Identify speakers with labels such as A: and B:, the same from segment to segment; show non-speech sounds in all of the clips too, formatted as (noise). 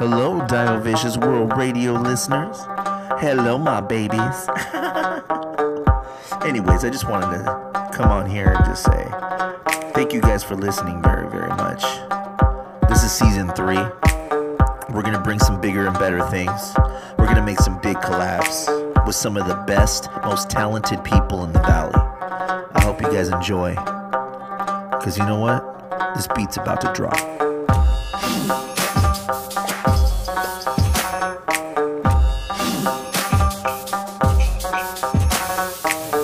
A: Hello, Dial Vicious World Radio listeners. Hello, my babies. (laughs) Anyways, I just wanted to come on here and just say thank you guys for listening very, very much. This is season three. We're going to bring some bigger and better things. We're going to make some big collabs with some of the best, most talented people in the valley. I hope you guys enjoy. Because you know what? This beat's about to drop.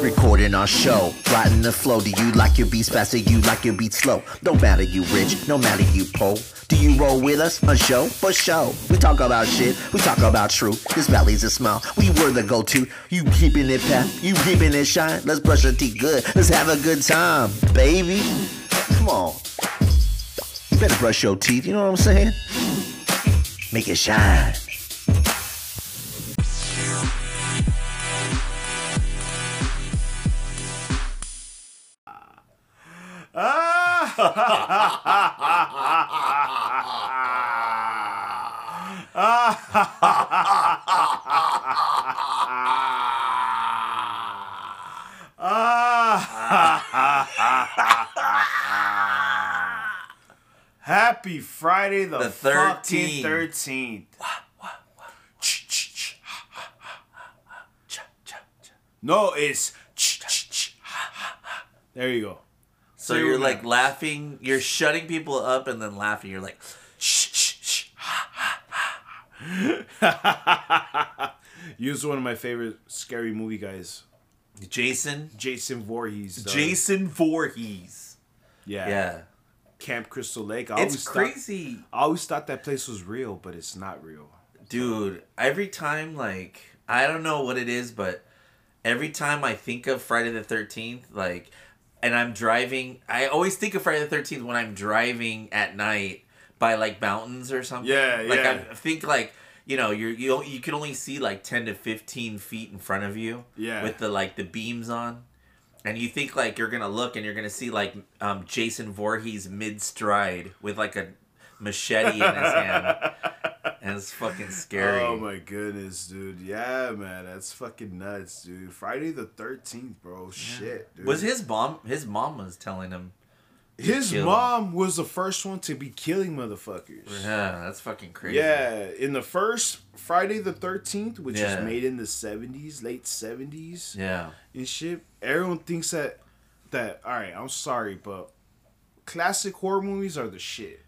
A: Recording our show, riding the flow. Do you like your beats fast or you like your beats slow? No matter you rich, no matter you poor. Do you roll with us? A show for show. We talk about shit, we talk about truth. This valley's a smile, we were the go-to. You keeping it pat, you keeping it shine. Let's brush our teeth good, let's have a good time, baby. Come on, you better brush your teeth. You know what I'm saying? Make it shine.
B: (laughs) Happy Friday the,
C: The
B: 13th.
C: 13th.
B: 13th. No, it's. There you go.
C: So you're like laughing, you're shutting people up and then laughing. You're like, shh, shh, shh.
B: Use one of my favorite scary movie guys,
C: Jason,
B: Jason Voorhees. dog.
C: Jason Voorhees.
B: Yeah.
C: Yeah.
B: Camp Crystal Lake. I
C: It's
B: always Thought,
C: crazy.
B: I always thought that place was real, but it's not real.
C: Dude, every time, like, I don't know what it is, but every time I think of Friday the 13th, like, and I'm driving, I always think of Friday the 13th when I'm driving at night by, like, mountains or something.
B: Yeah,
C: like,
B: yeah.
C: I think, like, you know, you're, you don't- you can only see like ten to fifteen feet in front of you.
B: Yeah.
C: With the like the beams on, and you think like you're gonna look and you're gonna see like um, Jason Voorhees mid stride with like a machete in his hand,
B: (laughs)
C: and it's fucking scary.
B: Oh my goodness, dude. Yeah, man. That's fucking nuts, dude. Friday the 13th, bro. Shit, dude.
C: Was his mom? His mom was telling him,
B: His
C: killed?
B: mom was the first one to be killing motherfuckers.
C: "Yeah, that's fucking crazy."
B: Yeah, in the first Friday the 13th, which is
C: Yeah.
B: made in the 70s, late 70s
C: yeah,
B: and shit, everyone thinks that, that, all right, I'm sorry, but classic horror movies are the shit.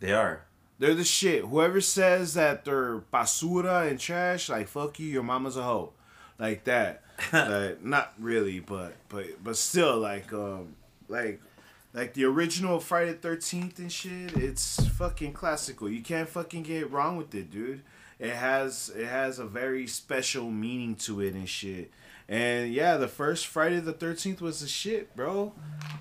C: they are.
B: They're the shit. Whoever says that they're basura and trash, like fuck you, your mama's a hoe, like that. like not really, but but but still, like um, like like the original Friday Thirteenth and shit. It's fucking classical. You can't fucking get wrong with it, dude. It has it has a very special meaning to it and shit. And yeah, the first Friday the Thirteenth was the shit, bro.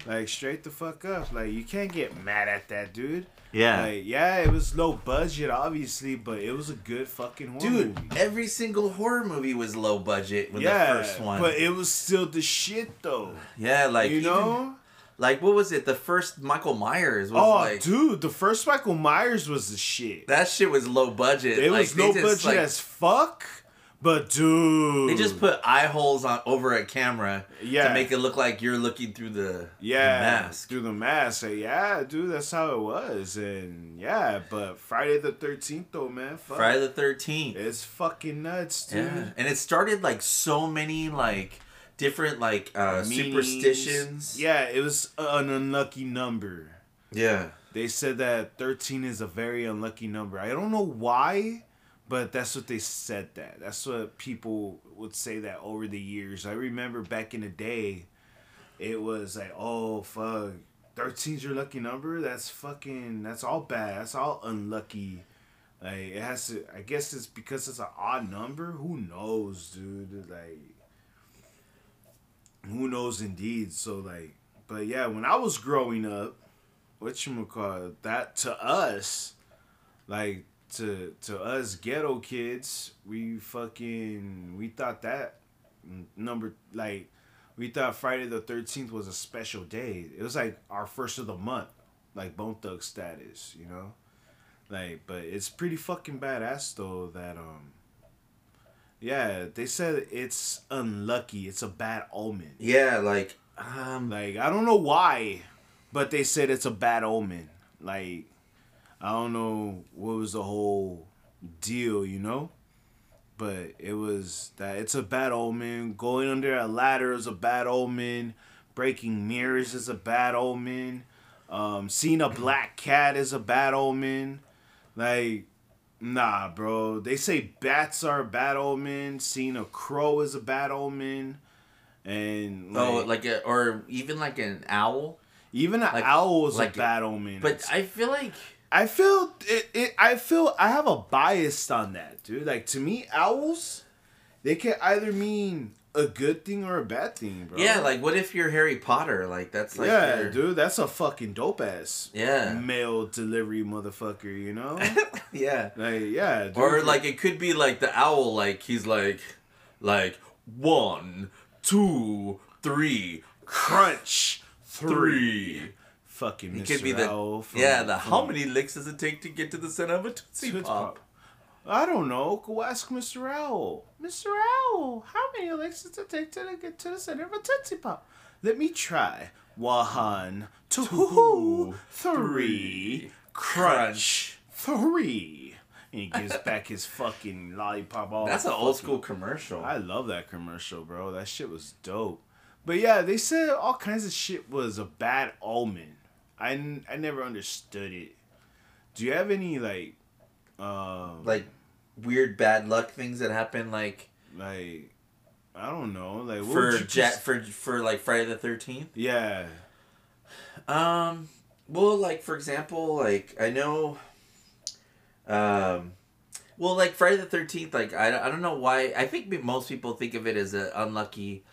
B: Like straight the fuck up. Like you can't get mad at that, dude.
C: Yeah.
B: Like, yeah, it was low budget, obviously, but it was a good fucking horror
C: Dude,
B: movie.
C: every single horror movie was low budget when
B: yeah,
C: the first one.
B: but it was still the shit though.
C: yeah, like
B: you
C: even-
B: know?
C: like what was it? The first Michael Myers was
B: Oh,
C: like
B: dude, the first Michael Myers was the shit.
C: that shit was low budget.
B: it
C: Like,
B: was
C: they
B: low
C: just,
B: budget
C: like,
B: as fuck, but dude,
C: They just put eye holes on over a camera
B: Yeah.
C: to make it look like you're looking through the,
B: yeah
C: the mask.
B: through the mask. Like, yeah, dude, that's how it was, and yeah, but Friday the Thirteenth though, man, fuck,
C: Friday the Thirteenth.
B: it's fucking nuts, dude.
C: Yeah, and it started like so many like different like uh,
B: Meanings.
C: superstitions.
B: Yeah, it was an unlucky number.
C: yeah,
B: They said that 13 is a very unlucky number. I don't know why, but that's what they said that. That's what people would say that over the years. I remember back in the day, it was like, oh, fuck. 13's your lucky number? That's fucking, that's all bad. That's all unlucky. Like, it has to, I guess it's because it's an odd number. Who knows, dude? Like, who knows indeed. So, like, but yeah, when I was growing up, what you call that to us like to to us ghetto kids we fucking we thought that n- number like we thought friday the 13th was a special day it was like our first of the month like bone thug status you know Like, but it's pretty fucking badass though that um. Yeah, they said it's unlucky. It's a bad omen.
C: Yeah, like um,
B: Like I don't know why, but they said it's a bad omen. Like I don't know what was the whole deal, you know? But it was that it's a bad omen. Going under a ladder is a bad omen. Breaking mirrors is a bad omen. Um, seeing a black cat is a bad omen. Like, nah, bro. They say bats are a bad omen. Seeing a crow is a bad omen. And
C: oh, like a, or even like an owl.
B: even an
C: Like-
B: owl is
C: like-
B: a bad omen.
C: But I feel like
B: I feel it, it. I feel I have a bias on that, dude. Like to me, owls, they can either mean a good thing or a bad thing, bro.
C: yeah, like what if you're Harry Potter? Like that's like
B: yeah,
C: your-
B: dude. That's a fucking dope ass
C: Yeah.
B: mail delivery motherfucker. You
C: (laughs)
B: know,
C: (laughs) yeah.
B: like yeah, dude.
C: Or like it could be like the owl, like he's like, like one, two, three,
B: crunch three.
C: three.
B: Fucking
C: He
B: Mr.
C: could be the
B: Owl. from-
C: yeah the how
B: from
C: many licks does it take to get to the center of a tootsie,
B: Tootsie
C: pop?
B: Pop. I don't know. Go ask Mr. Owl. Mr. Owl, how many licks does it take to get to the center of a Tootsie Pop? Let me try. One, two,
C: Two,
B: three,
C: three,
B: crunch, three. And he
C: (laughs)
B: gives back his fucking lollipop all
C: That's an old school commercial.
B: Oh, I love that commercial, bro. That shit was dope. But yeah, they said all kinds of shit was a bad omen. I, n- I never understood it. Do you have any like um
C: like weird bad luck things that happen like
B: like I don't know, like what
C: for
B: would you
C: jet
B: cons-
C: for for like Friday the Thirteenth.
B: yeah,
C: Um, well, like for example, like I know, um, well, like Friday the Thirteenth. Like I, don't- I don't know why. I think be- most people think of it as an unlucky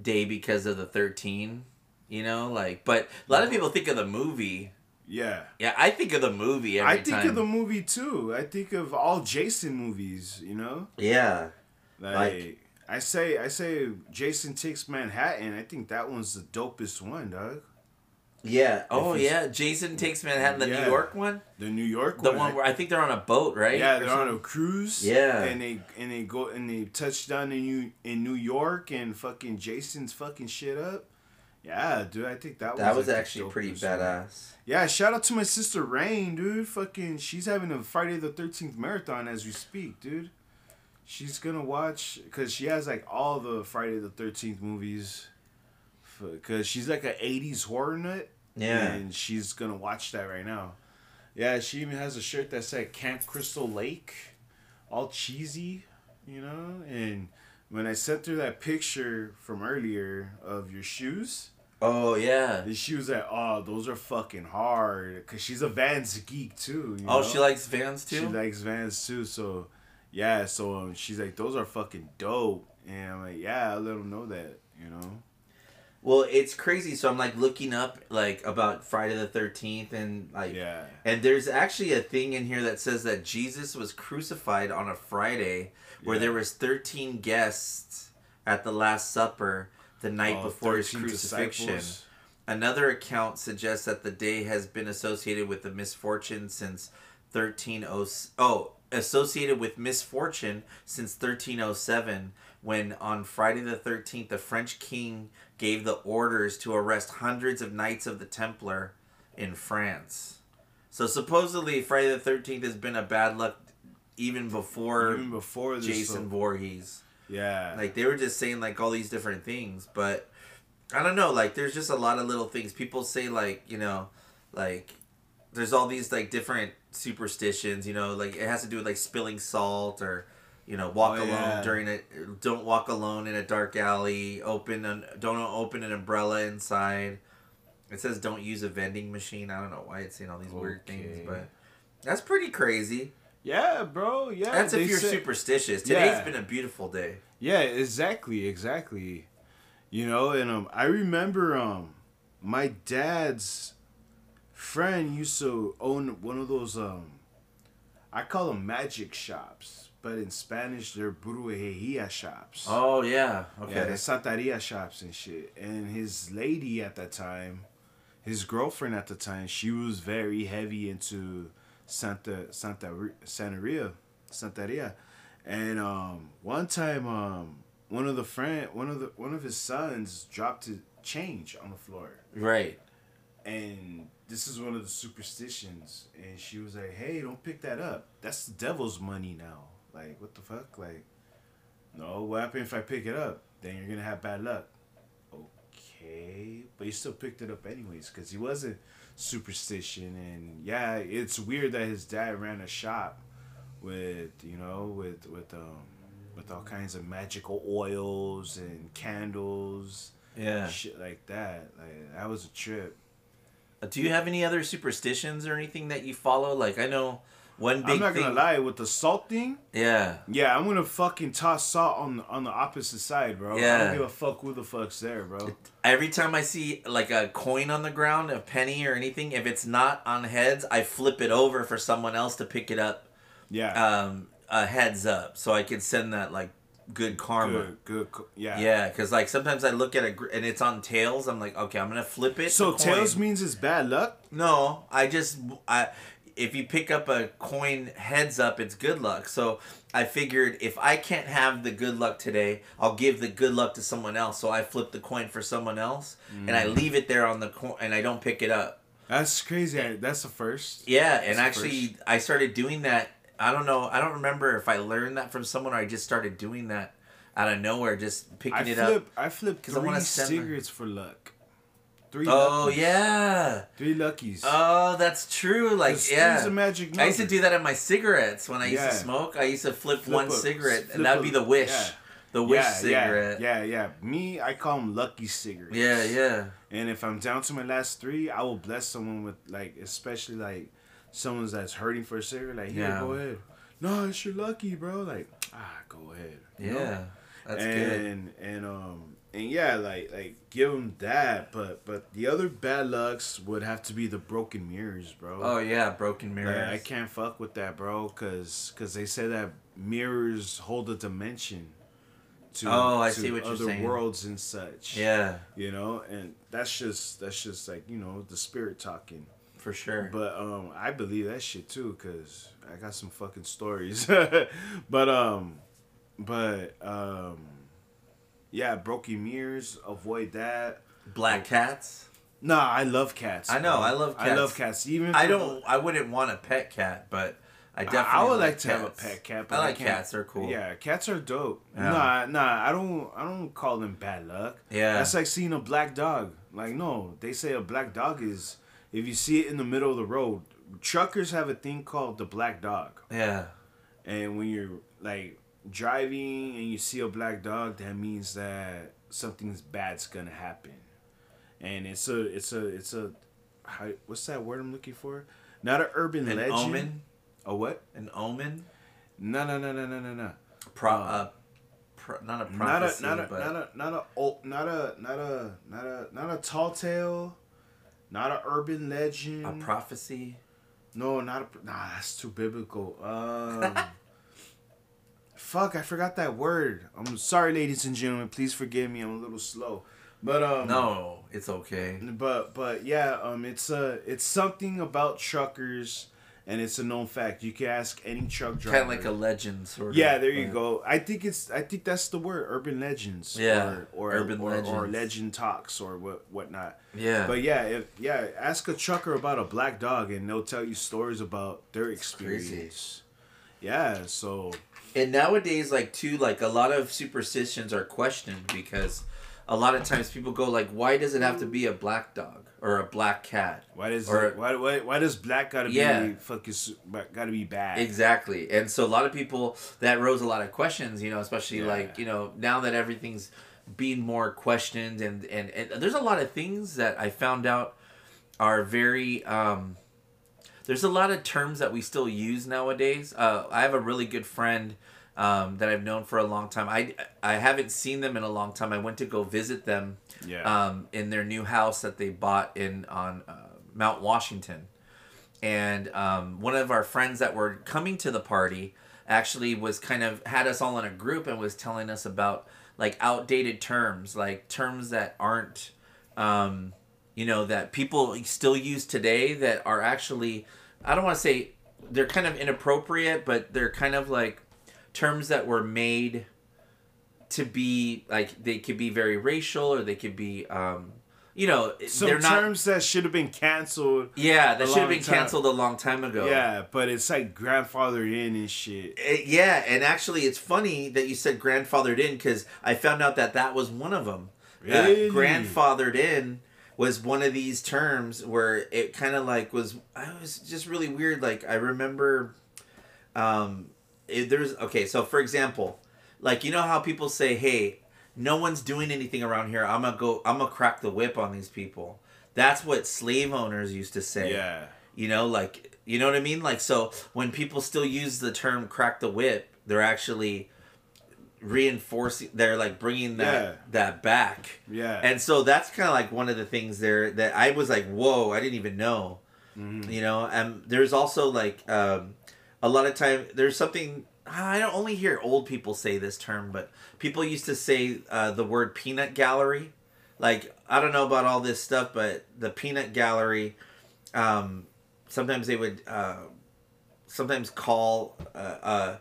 C: day because of the thirteen. You know, like but a lot of people think of the movie.
B: yeah.
C: Yeah, I think of the movie every
B: I think
C: time.
B: of the movie too. I think of all Jason movies. You know,
C: yeah.
B: like,
C: Like-
B: I say, I say Jason Takes Manhattan. I think that one's the dopest one, dog.
C: Yeah. Oh,
B: If you-
C: yeah. Jason takes Manhattan, the
B: Yeah.
C: New York one,
B: The New York
C: the
B: one.
C: one where I think they're on a boat, right?
B: yeah,
C: Or
B: they're
C: something.
B: on a cruise.
C: Yeah.
B: and they and they go and they touch down in New in New York and fucking Jason's fucking shit up. Yeah, dude, I think that,
C: That was
B: like, the
C: actually pretty
B: dopest one.
C: badass.
B: Yeah, shout out to my sister Rain, dude. Fucking, she's having a Friday the Thirteenth marathon as we speak, dude. She's gonna watch because she has like all the Friday the Thirteenth movies. Because she's like an '80s horror nut,
C: Yeah.
B: and she's gonna watch that right now. Yeah, she even has a shirt that said Camp Crystal Lake, all cheesy, you know. And when I sent her that picture from earlier of your shoes,
C: Oh yeah.
B: and she was like, "Oh, those are fucking hard," cause she's a Vans geek too. you
C: Oh,
B: know?
C: she likes Vans too.
B: she likes Vans too. So, yeah. So um, she's like, "Those are fucking dope," and I'm like, "Yeah, I let them know that." You know?
C: well, it's crazy. So I'm like looking up like about Friday the Thirteenth and like.
B: Yeah.
C: And there's actually a thing in here that says that Jesus was crucified on a Friday, where
B: Yeah.
C: there was thirteen guests at the Last Supper the night
B: All
C: before his
B: 13
C: crucifixion.
B: Oh, disciples.
C: Another account suggests that the day has been associated with the misfortune since 1307. Oh, associated with misfortune since 1307, when on Friday the 13th, the French king gave the orders to arrest hundreds of Knights of the Templar in France. So supposedly, Friday the 13th has been a bad luck even before
B: Even before this,
C: Jason
B: so-
C: Voorhees
B: yeah.
C: like they were just saying like all these different things but i don't know like there's just a lot of little things people say like you know like there's all these like different superstitions you know like it has to do with like spilling salt or you know walk
B: Oh,
C: alone
B: yeah.
C: during a don't walk alone in a dark alley open an, don't open an umbrella inside it says don't use a vending machine i don't know why it's saying all these weird things
B: Okay.
C: but that's pretty crazy
B: yeah, bro. Yeah.
C: that's
B: they
C: if you're
B: said-
C: superstitious today's
B: Yeah.
C: been a beautiful day
B: Yeah, exactly, exactly. You know, and um, I remember um, my dad's friend used to own one of those um, I call them magic shops, but in Spanish they're brujeria shops.
C: oh yeah okay
B: Yeah, the Santeria shops and shit. And his lady at that time, his girlfriend at the time, she was very heavy into Santa Santa Santeria, Santeria, and um, one time um, one of the friend one of the one of his sons dropped his change on the floor,
C: Right.
B: and this is one of the superstitions, and she was like, "Hey, don't pick that up. That's the devil's money now. Like, what the fuck? Like, no, what happened if I pick it up? Then you're gonna have bad luck." Okay, but he still picked it up anyways because he wasn't superstition, and yeah, it's weird that his dad ran a shop with you know with with um with all kinds of magical oils and candles.
C: Yeah.
B: Shit like that. Like that was a trip.
C: uh, Do you have any other superstitions or anything that you follow? Like I know one big
B: I'm not
C: thing.
B: gonna lie with the salt thing.
C: Yeah.
B: Yeah, I'm gonna fucking toss salt on the, on the opposite side, bro. I
C: Yeah.
B: don't give a fuck who the fuck's there, bro.
C: Every time I see like a coin on the ground, a penny or anything, if it's not on heads, I flip it over for someone else to pick it up.
B: Yeah,
C: Um, a heads up, so I can send that like good karma.
B: good, good. co- Yeah,
C: Yeah, because like sometimes I look at a gr- and it's on tails. I'm like, okay, I'm gonna flip it.
B: So
C: the coin.
B: tails means it's bad luck.
C: No, I just I if you pick up a coin heads up, it's good luck. So I figured if I can't have the good luck today, I'll give the good luck to someone else. So I flip the coin for someone else, and
B: Mm.
C: I leave it there on the coin, and I don't pick it up.
B: That's crazy. I- That's the first.
C: Yeah, and
B: the
C: actually, I started doing that. I don't know. I don't remember if I learned that from someone or I just started doing that out of nowhere, just picking
B: I
C: it
B: flip.
C: up.
B: I flip
C: 'Cause I wanna
B: three
C: send my-
B: cigarettes for luck. Three.
C: Oh
B: luckies.
C: yeah.
B: Three luckies.
C: Oh, that's true. Like,
B: Because three's
C: yeah,
B: a magic
C: I used to
B: number.
C: do that in my cigarettes when I used
B: Yeah.
C: to smoke. I used to flip,
B: Flip
C: one
B: a-
C: cigarette,
B: flip
C: and that'd
B: a-
C: be the wish,
B: yeah.
C: the wish
B: yeah,
C: cigarette. Yeah,
B: Yeah, yeah, yeah. Me, I call them lucky cigarettes.
C: yeah,
B: And if I'm down to my last three, I will bless someone with like, especially like, someone that's hurting for a cigarette. Like, yeah,
C: Yeah.
B: go ahead. No, it's your lucky, bro. Like, ah, go ahead. you know?
C: Yeah. That's good.
B: and and um and yeah, like like give them that. But but the other bad lucks would have to be the broken mirrors, bro.
C: Oh yeah, broken mirrors.
B: Like, I can't fuck with that, bro, cause 'cause they say that mirrors hold a dimension to
C: Oh, I
B: to
C: see what you're
B: other
C: saying.
B: worlds and such.
C: Yeah,
B: you know, and that's just that's just like you know the spirit talking.
C: for sure.
B: But um, I believe that shit too, cause I got some fucking stories. (laughs) but um, but um, yeah, broken mirrors, avoid that. (laughs)
C: Black cats.
B: Nah, I love cats.
C: I know, I love
B: I
C: cats.
B: love cats. Even if
C: I
B: they're
C: don't. I wouldn't want a pet cat, but I definitely.
B: I, I would like to have a
C: cats.
B: pet cat.
C: I like
B: can't-
C: cats. They're cool.
B: Yeah, cats are dope.
C: Yeah.
B: Nah, nah, I don't, I don't call them bad luck.
C: Yeah.
B: that's like seeing a black dog. Like no, they say a black dog is if you see it in the middle of the road. Truckers have a thing called the black dog,
C: Yeah.
B: and when you're like driving and you see a black dog, that means that something's bad's gonna happen, and it's a, it's a, it's a, how, what's that word I'm looking for? Not an urban
C: An
B: legend.
C: omen.
B: A what?
C: An omen.
B: No, no, no, no, no, no, no.
C: Pro. uh, pro not a
B: Not
C: prophecy,
B: a, not a,
C: but
B: not a, not a, old, not a, not a, not a, not a tall tale, not a urban legend.
C: a prophecy.
B: no, not a. pr- Nah, that's too biblical.
C: (laughs)
B: Um, fuck, I forgot that word. I'm sorry, ladies and gentlemen. Please forgive me. I'm a little slow, but um.
C: No, it's okay.
B: But but yeah, um, it's a it's something about truckers, and it's a known fact. You can ask any truck driver.
C: Kind of like a legend sort of.
B: Yeah, there you
C: but-
B: go. I think it's I think that's the word urban legends.
C: Yeah,
B: Or or
C: urban
B: or, or
C: legends.
B: legend talks or what whatnot.
C: Yeah.
B: But yeah, if yeah, ask a trucker about a black dog and they'll tell you stories about their
C: crazy.
B: experience. Yeah, so
C: And nowadays, like too, like a lot of superstitions are questioned because a lot of times people go like, "Why does it have to be a black dog or a black cat?"
B: why does
C: Or-
B: why, why why does black gotta
C: Yeah.
B: be fucking su- but gotta be bad?
C: Exactly. And so a lot of people that rose a lot of questions, you know, especially
B: Yeah.
C: like, you know, now that everything's being more questioned and, and and there's a lot of things that I found out are very um there's a lot of terms that we still use nowadays. Uh, I have a really good friend um, that I've known for a long time. I I haven't seen them in a long time. I went to go visit them
B: Yeah.
C: um, in their new house that they bought in on uh, Mount Washington and um, one of our friends that were coming to the party actually was kind of had us all in a group and was telling us about like outdated terms like terms that aren't um, you know that people still use today that are actually i don't want to say they're kind of inappropriate, but they're kind of like terms that were made to be like they could be very racial or they could be um you know
B: Some
C: they're not
B: terms that should have been canceled.
C: yeah that
B: a
C: should have
B: long
C: been
B: time.
C: canceled a long time ago
B: Yeah, but it's like grandfathered in and shit.
C: Uh, yeah, and actually, it's funny that you said grandfathered in because I found out that that was one of them.
B: Really?
C: grandfathered in was one of these terms where it kind of like was. I was just really weird. Like I remember, um, it, there's okay. So for example, like you know how people say, "Hey, no one's doing anything around here. I'm gonna go. I'm gonna crack the whip on these people." That's what slave owners used to say.
B: Yeah.
C: You know, like you know what I mean? Like so when people still use the term crack the whip, they're actually reinforcing they're like bringing that
B: Yeah.
C: that back.
B: Yeah.
C: And so that's kind of like one of the things there that I was like, "Whoa, I didn't even know."
B: Mm-hmm.
C: You know, and there's also like um a lot of time there's something ah, I don't only hear old people say this term, but people used to say uh, the word peanut gallery. Like I don't know about all this stuff, but the peanut gallery um, sometimes they would uh, sometimes call uh, uh,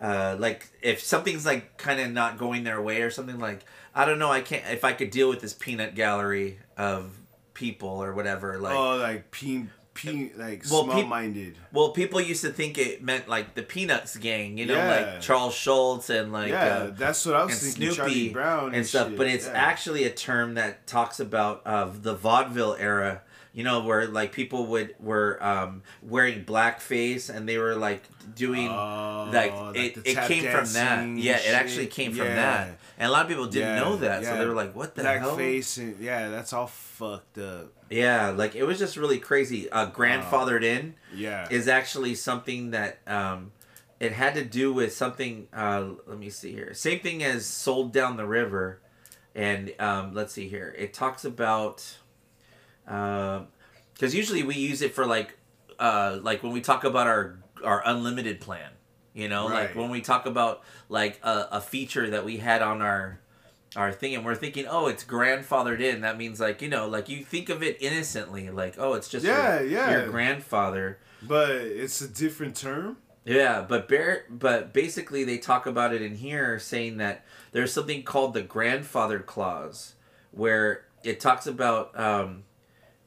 C: uh, like if something's like kind of not going their way or something like I don't know I can't if I could deal with this peanut gallery of people or whatever like
B: oh, like peen, peen, like
C: Well, peop-
B: small-minded.
C: well people used to think it meant like the Peanuts gang you know
B: Yeah.
C: like Charles Schultz and like
B: yeah,
C: uh,
B: that's what I
C: and
B: was thinking. Charlie
C: Snoopy
B: Brown
C: and stuff,
B: shit,
C: but it's
B: yeah.
C: actually a term that talks about of the vaudeville era. You know, where like people would were um, wearing blackface and they were like doing
B: Oh,
C: like,
B: like
C: it.
B: the
C: It
B: tap
C: came from that.
B: dancing
C: Yeah, it actually
B: shit.
C: came from
B: Yeah.
C: that, and a lot of people didn't
B: Yeah,
C: know that, so
B: yeah.
C: they were like, "What the hell?"
B: blackface and yeah, that's all fucked up.
C: Yeah, like it was just really crazy. Uh, grandfathered in
B: Yeah.
C: is actually something that um, it had to do with something. Uh, let me see here. Same thing as sold down the river, and um, let's see here. It talks about because usually we use it for like uh, like when we talk about our our unlimited plan. You know, like
B: Right.
C: when we talk about like a, a feature that we had on our our thing and we're thinking oh it's grandfathered in that means like you know like you think of it innocently like oh it's just
B: Yeah,
C: your,
B: yeah.
C: your grandfather
B: but it's a different term.
C: yeah but bear but basically they talk about it in here saying that there's something called the grandfather clause where it talks about um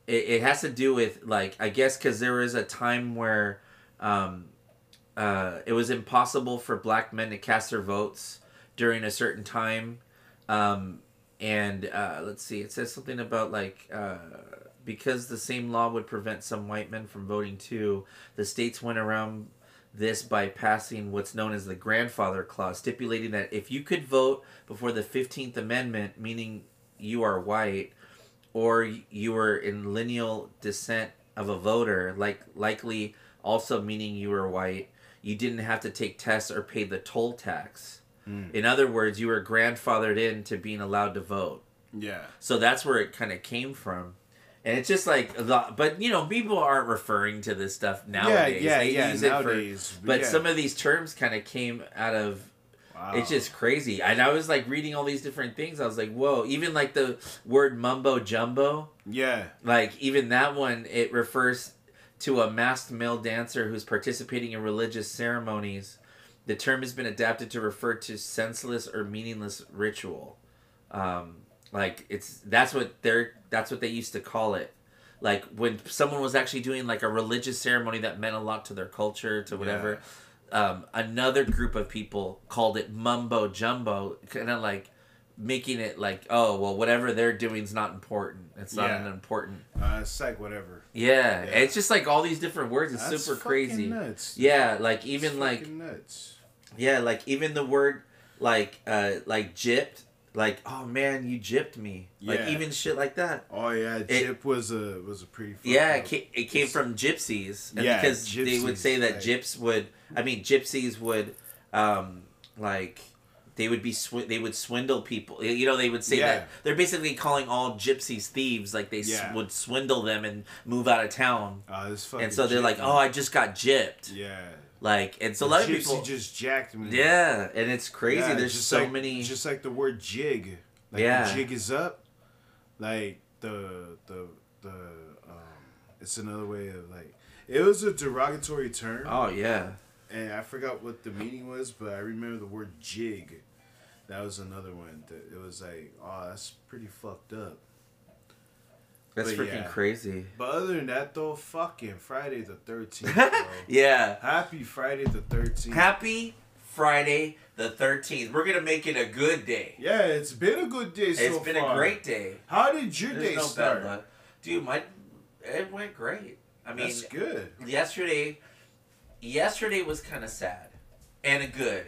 C: it, it has to do with like i guess because there was a time where um uh it was impossible for black men to cast their votes during a certain time um, and uh, let's see, it says something about like uh, because the same law would prevent some white men from voting too. The states went around this by passing what's known as the grandfather clause, stipulating that if you could vote before the Fifteenth Amendment, meaning you are white or you were in lineal descent of a voter, like likely also meaning you were white. You didn't have to take tests or pay the toll tax. In other words, you were grandfathered in to being allowed to vote.
B: Yeah.
C: So that's where it kind of came from. And it's just like a lot, but you know, people aren't referring to this stuff nowadays.
B: yeah,
C: They
B: yeah,
C: use it for-
B: nowadays,
C: but
B: yeah.
C: some of these terms kind of came out of
B: Wow.
C: it's just crazy. And I was like reading all these different things. I was like, whoa, even like the word mumbo jumbo,
B: yeah.
C: like even that one, it refers to a masked male dancer who's participating in religious ceremonies. The term has been adapted to refer to senseless or meaningless ritual. Um, like it's that's what they're that's what they used to call it. Like when someone was actually doing like a religious ceremony that meant a lot to their culture, to whatever. Um, another group of people called it mumbo jumbo, kind of like making it like, oh well, whatever they're doing is not important. It's not
B: Yeah.
C: an important.
B: Uh, it's like whatever.
C: Yeah.
B: Yeah.
C: it's just like all these different words. It's
B: That's
C: super
B: fucking
C: crazy.
B: Nuts.
C: Yeah, like
B: That's
C: even like
B: fucking nuts.
C: yeah, like even the word like uh like gypped, like oh man, you gypped me. Like
B: Yeah.
C: even shit like that.
B: Oh yeah, Jip was a was a pretty. fucked
C: Yeah,
B: up-
C: it came, it came from gypsies. And
B: Yeah,
C: because they would
B: gypsies,
C: say that
B: like-
C: gyps would I mean gypsies would um like they would be sw- they would swindle people. You know, they would say
B: Yeah.
C: that they're basically calling all gypsies thieves like they s-
B: Yeah.
C: would swindle them and move out of town.
B: Oh, this fucking.
C: and so they're
B: Jip,
C: like,
B: man.
C: "Oh, I just got gypped."
B: Yeah.
C: Like, and so a
B: The
C: lot of
B: gypsy
C: people
B: just jacked me.
C: Yeah, and it's crazy.
B: Yeah,
C: There's
B: just
C: so
B: like-
C: many.
B: Just like the word jig. Like
C: Yeah.
B: The jig is up. Like the the the um, it's another way of like It was a derogatory term,
C: Oh yeah.
B: and I forgot what the meaning was, but I remember the word jig. That was another one. That it was like, oh, that's pretty fucked up.
C: That's
B: But
C: freaking
B: yeah.
C: crazy.
B: But other than that, though, fucking Friday the
C: (laughs)
B: 13th, bro.
C: Yeah.
B: Happy Friday the 13th.
C: Happy Friday the 13th. We're going to make it a good day.
B: yeah, it's been a good day so
C: It's been a
B: far.
C: great day.
B: How did your
C: There's
B: day
C: no
B: start?
C: bad luck. Dude, my, it went great. I mean,
B: That's good.
C: yesterday, yesterday was kind of sad and good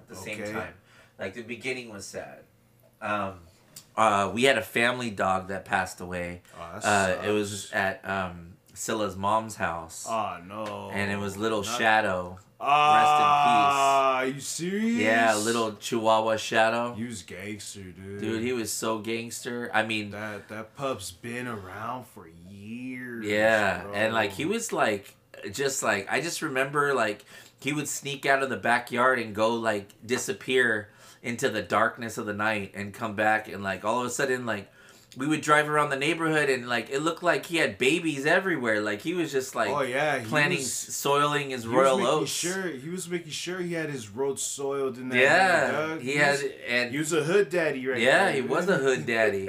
C: at the
B: Okay.
C: same time. Like the beginning was sad. Um, uh, we had a family dog that passed away.
B: Oh, that
C: Uh, it was
B: sucks.
C: at um, Scylla's mom's house.
B: Oh no.
C: and it was little
B: Not-
C: Shadow.
B: Ah, you serious?
C: Yeah, little Chihuahua Shadow.
B: You was gangster, dude.
C: Dude, he was so gangster. I mean,
B: that that pup's been around for years.
C: yeah,
B: bro.
C: and like he was like just like I just remember like he would sneak out of the backyard and go like disappear into the darkness of the night and come back and like all of a sudden like we would drive around the neighborhood and like it looked like he had babies everywhere. Like he was just like
B: Oh yeah, he
C: planting
B: was-
C: soiling his
B: he
C: royal
B: was making
C: oats.
B: Sure, he was making sure he had his road soiled in that.
C: Yeah,
B: dog.
C: he
B: was-
C: had and
B: He was a hood daddy, right?
C: Yeah,
B: there,
C: he
B: dude.
C: was a hood daddy.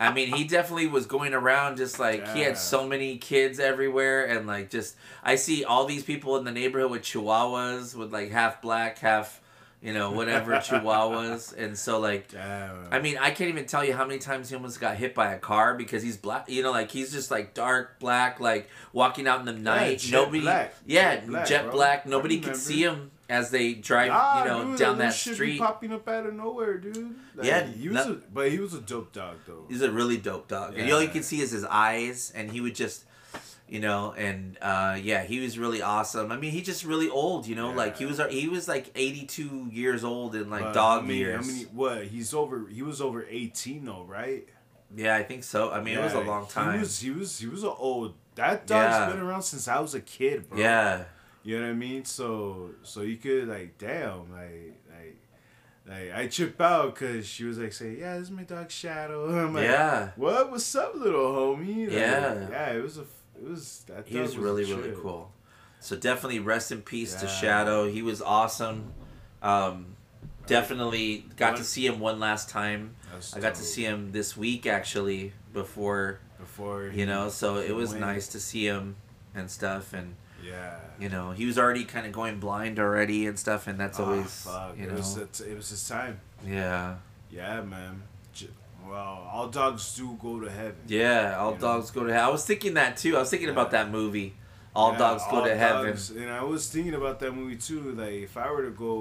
C: I mean, he definitely was going around just like he
B: Yeah.
C: had so many kids everywhere, and like just I see all these people in the neighborhood with chihuahuas, with like half black, half you
B: (laughs)
C: know whatever chihuahuas, and so like
B: Damn.
C: I mean I can't even tell you how many times he almost got hit by a car because he's black, you know, like he's just like dark black, like walking out in the night,
B: jet
C: nobody,
B: black.
C: yeah,
B: Jet black,
C: jet
B: bro.
C: black,
B: I
C: nobody could
B: remember.
C: see him as they drive,
B: Ah,
C: you know,
B: dude,
C: down
B: that
C: that
B: shit be
C: street.
B: popping up out of nowhere, dude. Like,
C: Yeah,
B: he was
C: no-
B: a, but he was a dope dog though.
C: He's a really dope dog. And all you
B: Yeah.
C: could see is his eyes, and he would just, you know, and uh, yeah, he was really awesome. I mean, he just really old, you know, like he was he was like eighty two years old in like
B: But
C: dog
B: how many,
C: years.
B: How many? What? He's over. He was over eighteen though, right?
C: yeah, I think so. I mean, it was a
B: Yeah,
C: long time.
B: He was. He was. He was an old. That dog's
C: Yeah.
B: been around since I was a kid, bro.
C: yeah,
B: You know what I mean? So so you could like damn like like. Like, I chip out because she was like saying, "Yeah, this is my dog Shadow." (laughs) I'm like,
C: Yeah.
B: What? What's up, little homie? Like,
C: Yeah.
B: Yeah. It was a. f- It was that.
C: he
B: dog
C: was
B: a
C: really really
B: trip.
C: cool. So definitely rest in peace to
B: Yeah.
C: Shadow. He was awesome. Um, definitely got to
B: One-
C: see him one last time.
B: That's
C: I got to
B: dope.
C: see him this week actually before
B: before
C: you know so it was
B: went.
C: nice to see him and stuff and
B: Yeah.
C: you know he was already kind of going blind already and stuff and that's
B: Ah,
C: always
B: fuck.
C: you
B: it
C: know
B: was the t- it was his time.
C: yeah
B: Yeah, man. J- Well, all dogs do go to heaven.
C: yeah all
B: You know.
C: dogs go to hell i was thinking that too i was thinking about
B: Yeah.
C: that movie all
B: Yeah,
C: dogs go
B: all
C: to
B: dogs-
C: heaven
B: And I was thinking about that movie too. Like, if I were to go,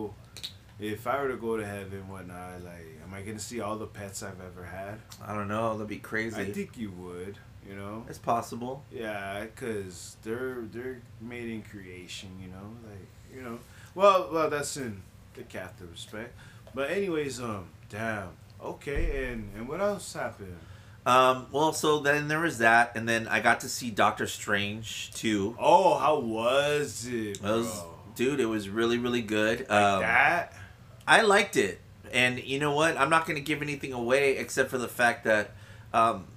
B: if I were to go to heaven, whatnot, like, am I gonna see all the pets I've ever had?
C: i don't know that'd be crazy
B: I think you would. You know.
C: it's possible
B: Yeah, cause they're they're made in creation. You know, like you know. Well, well, that's in the Catholic respect. But anyways, um, damn. Okay, and and what else happened?
C: um well so then there was that and then i got to see doctor strange too
B: Oh, how was it,
C: That
B: bro?
C: was- dude it was really really good um,
B: Oh. that
C: I liked it, and you know what? I'm not going to give anything away except for the fact that, um,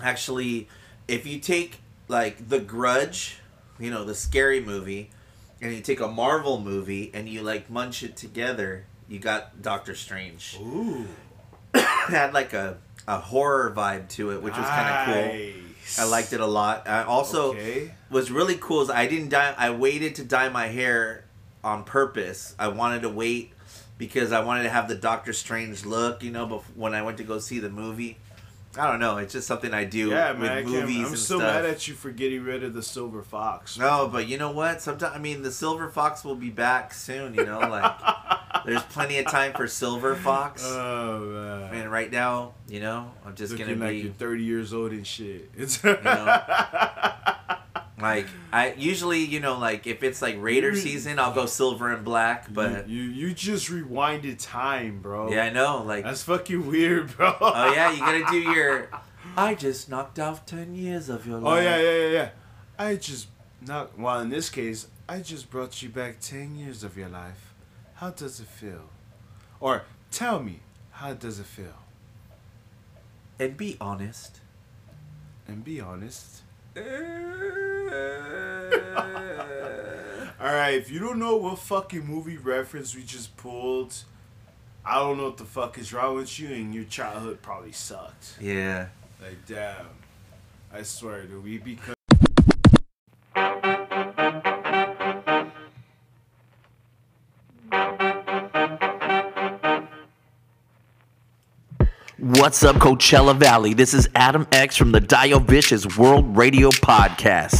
C: actually, if you take like The Grudge, you know, the scary movie, and you take a Marvel movie and you like munch it together, you got Doctor Strange.
B: ooh,
C: it had like a a horror vibe to it, which was kind of cool. I liked it a lot. I also
B: Okay.
C: what's really cool is I didn't dye. I waited to dye my hair on purpose. I wanted to wait because I wanted to have the Doctor Strange look, you know. But when I went to go see the movie, I don't know. It's just something I do
B: Yeah,
C: with
B: man. I can't-
C: movies
B: I'm
C: and
B: so
C: stuff.
B: mad at you for getting rid of the silver fox.
C: no, but you know what? Sometimes I mean, the Silver Fox will be back soon. You know,
B: (laughs)
C: like there's plenty of time for Silver Fox.
B: Oh man.
C: and right now, you know, I'm just
B: Looking
C: gonna
B: like
C: be.
B: you're 30 years old and shit. (laughs) It's (laughs)
C: Like I usually, you know, like if it's like Raider
B: You-
C: season, I'll go silver and black. But
B: you, you you just rewinded time, bro.
C: yeah, I know. Like
B: That's fucking weird, bro.
C: oh yeah, you gotta do your. (laughs) I just knocked off ten years of
B: (laughs)
C: your
B: Oh
C: life.
B: yeah, yeah, yeah, yeah. I just not well in this case. I just brought you back ten years of your life. How does it feel? Or tell me, how does it feel? (laughs)
C: And be honest.
B: And be honest. All right, if you don't know what fucking movie reference we just pulled, I don't know what the fuck is wrong with you, and your childhood probably sucked.
C: yeah.
B: Like, damn. I swear, dude, we become.
A: What's up, Coachella Valley? This is Adam X from the Dio Vicious World Radio Podcast.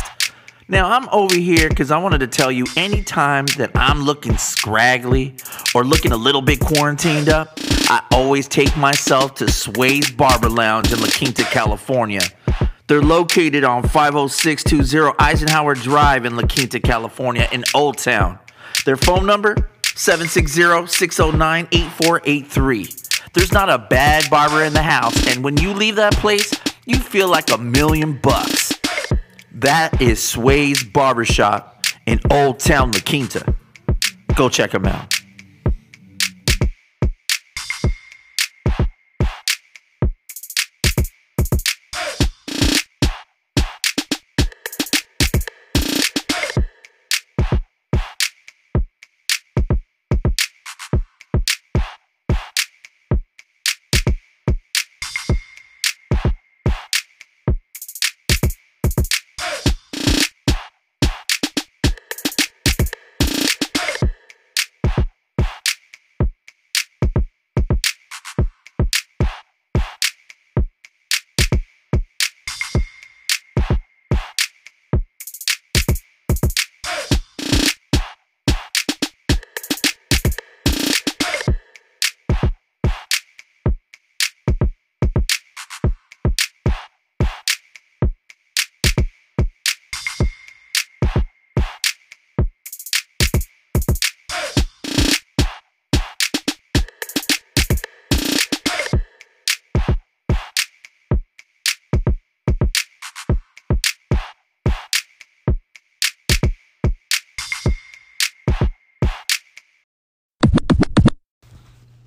A: Now, I'm over here because I wanted to tell you anytime that I'm looking scraggly or looking a little bit quarantined up, I always take myself to Sway's Barber Lounge in La Quinta, California. They're located on 50620 Eisenhower Drive in La Quinta, California, in Old Town. Their phone number 760-609-8483. There's not a bad barber in the house, and when you leave that place, you feel like a million bucks. That is Sway's Barbershop in Old Town La Quinta. Go check them out.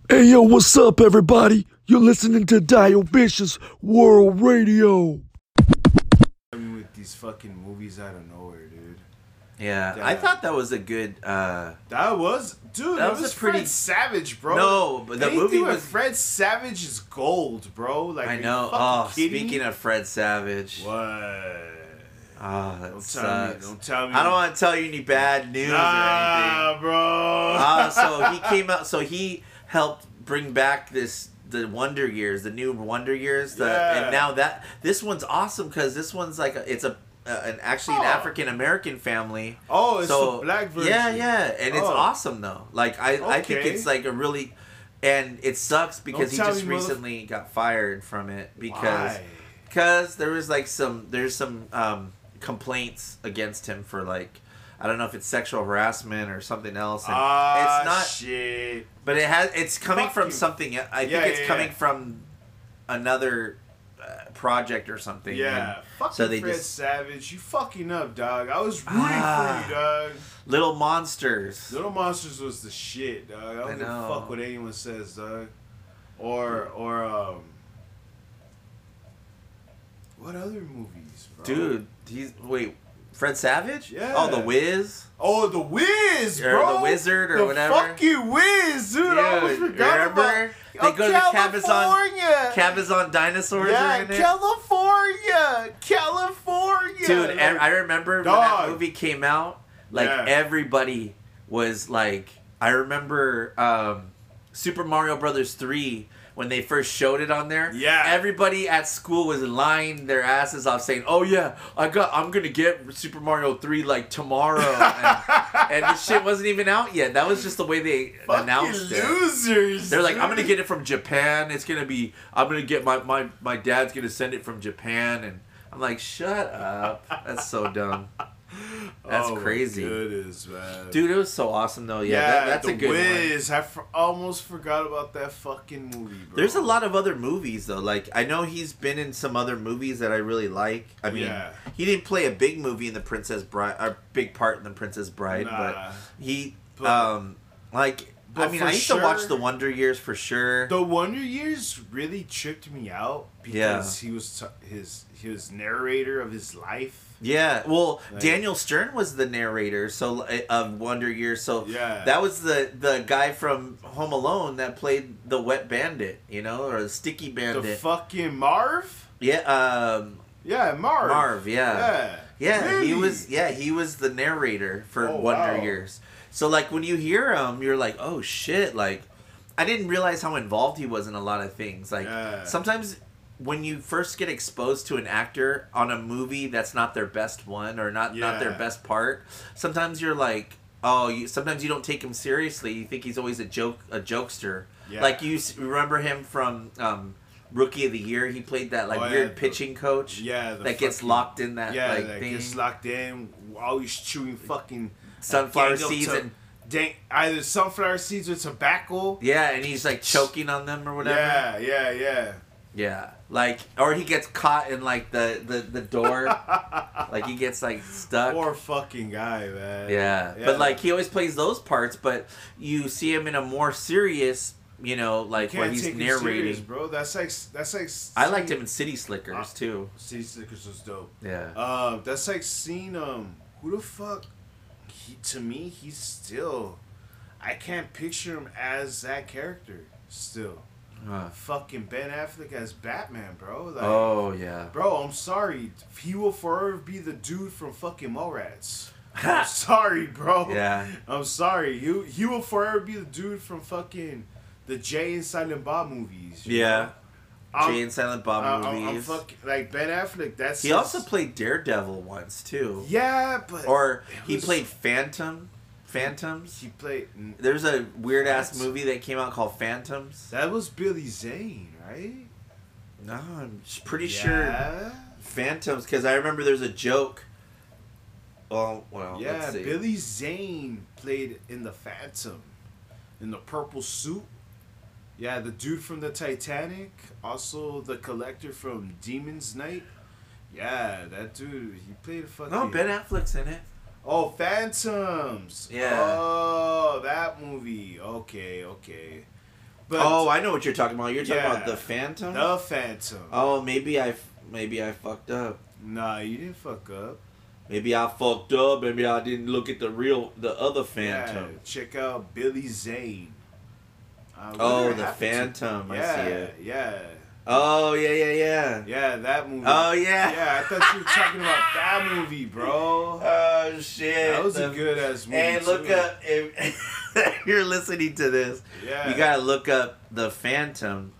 D: Hey yo, what's up everybody? You're listening to Dio Vicious World Radio.
B: With these fucking movies out of nowhere, dude.
C: Yeah. I
B: Yeah.
C: thought that was a good. uh
B: That was, dude. That,
C: That
B: was,
C: was a pretty-
B: Fred Savage, bro.
C: No, but the
B: Anything
C: movie
B: with
C: was-
B: Fred Savage is gold, bro. Like,
C: I know. Oh, speaking of Fred Savage.
B: what?
C: Oh,
B: Don't
C: that
B: tell me.
C: sucks.
B: Don't tell me.
C: I don't want to tell you any bad news or anything.
B: Nah, bro. (laughs)
C: Ah, so he came out. So he helped bring back this the Wonder Years, the new Wonder Years. The,
B: Yeah.
C: And now that this one's awesome because this one's like a, it's a uh, an actually
B: Oh.
C: an African American family.
B: Oh, it's the black version.
C: Yeah, yeah, and it's
B: Oh.
C: awesome though. Like I, I think
B: Okay.
C: it's like a really, and it sucks because he
B: tell
C: just
B: me, mother-
C: recently got fired from it because
B: Why?
C: because there was like some there's some um, complaints against him for like I don't know if it's sexual harassment or something else. And
B: Ah,
C: it's not,
B: shit.
C: but it has it's coming
B: Fuck
C: from
B: you.
C: something. e- I think
B: Yeah,
C: it's
B: yeah,
C: coming
B: yeah.
C: from another uh, project or something.
B: Yeah,
C: and
B: fucking
C: so they
B: Fred
C: just
B: Savage, you fucking up, dog. I was rooting
C: Ah.
B: for you, dog.
C: little monsters.
B: Little Monsters was the shit, dog. I don't
C: I
B: give a
C: know.
B: fuck what anyone says, dog. Or or um, what other movies, bro?
C: Dude, he's wait, Fred Savage?
B: Yeah.
C: Oh, the Wiz.
B: Oh, the Wiz,
C: Or
B: bro.
C: The Wizard or
B: The
C: whatever.
B: Fucking Wiz, dude. I almost
C: Dude,
B: forgot
C: remember?
B: about.
C: They
B: Oh,
C: go to Cabazon.
B: California.
C: Cabazon dinosaurs are
B: yeah,
C: in it.
B: California, California.
C: Dude,
B: Like,
C: e- I remember when
B: Dog.
C: that movie came out, like
B: Yeah.
C: everybody was like I remember um Super Mario Brothers 3 when they first showed it on there.
B: Yeah.
C: Everybody at school was lying their asses off saying, "Oh yeah, I got I'm going to get Super Mario 3 like tomorrow." and, and the shit wasn't even out yet. That was just the way they
B: fucking
C: announced it.
B: losers.
C: They're like, I'm gonna
B: dude.
C: get it from Japan. It's gonna be, I'm gonna get my my my dad's gonna send it from Japan, and I'm like, shut up. That's
B: (laughs)
C: so dumb. That's
B: Oh, my
C: crazy,
B: Goodness, man.
C: dude. It was so awesome though. Yeah,
B: yeah,
C: that, that's
B: the
C: a good one.
B: Wiz. I for- almost forgot about that fucking movie, bro.
C: There's a lot of other movies though. Like I know he's been in some other movies that I really like. I mean,
B: Yeah.
C: he didn't play a big movie in the Princess Bride, a big part in the Princess Bride,
B: Nah.
C: but he,
B: But-
C: um, like. I
B: but
C: mean,
B: for
C: I used to watch
B: sure-
C: The Wonder Years for sure.
B: The Wonder Years really tripped me out
C: Yeah.
B: because he was t- his his narrator of his life.
C: Yeah, well, Daniel Stern was the narrator so uh, of Wonder Years. So
B: Yeah.
C: that was the the guy from Home Alone that played the Wet Bandit, you know, or the Sticky
B: The
C: Bandit.
B: fucking Marv?
C: yeah, um,
B: Yeah, Marv.
C: Marv. Yeah,
B: Yeah.
C: he
B: Really?
C: was. Yeah, he was the narrator for
B: Oh,
C: Wonder
B: wow.
C: Years. So like when you hear him, you're like, oh shit! Like, I didn't realize how involved he was in a lot of things. Like
B: Yeah.
C: sometimes when you first get exposed to an actor on a movie that's not their best one or not not their
B: Yeah.
C: best part, sometimes you're like. Oh, you, sometimes you don't take him seriously. You think he's always a joke, a jokester.
B: Yeah.
C: Like you s- remember him from um, Rookie of the Year. He played that like
B: Oh, yeah,
C: weird
B: the-
C: pitching coach.
B: Yeah, the
C: that gets
B: fucking-
C: locked in that
B: Yeah,
C: like,
B: like,
C: thing.
B: gets locked in, always chewing fucking
C: Sunflower
B: gang of
C: seeds
B: to-
C: and-
B: dang, either sunflower seeds or tobacco.
C: yeah, and he's like choking on them or whatever. Yeah.
B: Yeah, yeah, yeah.
C: Like or he gets caught in like the the,
B: (laughs)
C: the door. like he gets like stuck.
B: Poor fucking guy, man.
C: yeah. But like he always plays those parts, but you see him in a more serious, you know, like
B: can't
C: where he's
B: take it
C: narrating.
B: serious, bro. Uh, That's like that's like.
C: I liked him in City Slickers too.
B: City Slickers was dope.
C: Yeah.
B: Uh, that's like seeing um who the fuck he to me he's still I can't picture him as that character still.
C: Huh.
B: Fucking Ben Affleck as Batman, bro. Like
C: Oh yeah.
B: Bro, I'm sorry. He will forever be the dude from fucking
C: (laughs)
B: Mallrats. I'm sorry, bro.
C: Yeah.
B: I'm sorry. You he will forever be the dude from fucking the Jay and Silent Bob movies. you
C: Yeah.
B: know? I'm-
C: Jay and Silent
B: I- I'm,
C: Bob
B: I'm,
C: movies.
B: fucking like Ben Affleck. That's
C: he
B: his-
C: also played Daredevil once too.
B: yeah, but
C: Or
B: it
C: he
B: was-
C: played Phantom. Phantoms.
B: He played.
C: There's a weird ass
B: What?
C: movie that came out called Phantoms.
B: That was Billy Zane, right?
C: No, I'm s- pretty sure
B: Yeah.
C: Phantoms because I remember there's a joke. Oh well,
B: Yeah,
C: let's see.
B: Billy Zane played in the Phantom, in the purple suit. Yeah, the dude from the Titanic, also the collector from Demon's Night. Yeah, that dude, he played a fucking.
C: No, Ben Affleck's in it.
B: Oh, Phantoms.
C: Yeah.
B: Oh, that movie. Okay, okay. But
C: oh, I know what you're talking about. You're talking
B: Yeah.
C: about the Phantom.
B: the Phantom.
C: Oh, maybe I f- maybe I fucked up.
B: Nah, you didn't fuck up.
C: Maybe I fucked up. Maybe I didn't look at the real the other Phantom.
B: Yeah, check out Billy Zane. Uh,
C: Oh,
B: whatever
C: the
B: happened to-
C: Phantom. I
B: yeah,
C: see it.
B: yeah,
C: Oh yeah yeah yeah.
B: yeah. That movie.
C: Oh yeah.
B: Yeah, I thought you were talking about that movie, bro.
C: Oh shit!
B: That was a
C: The-
B: good ass movie.
C: Hey, look
B: too.
C: up if (laughs) you're listening to this.
B: Yeah.
C: You gotta look up the Phantom,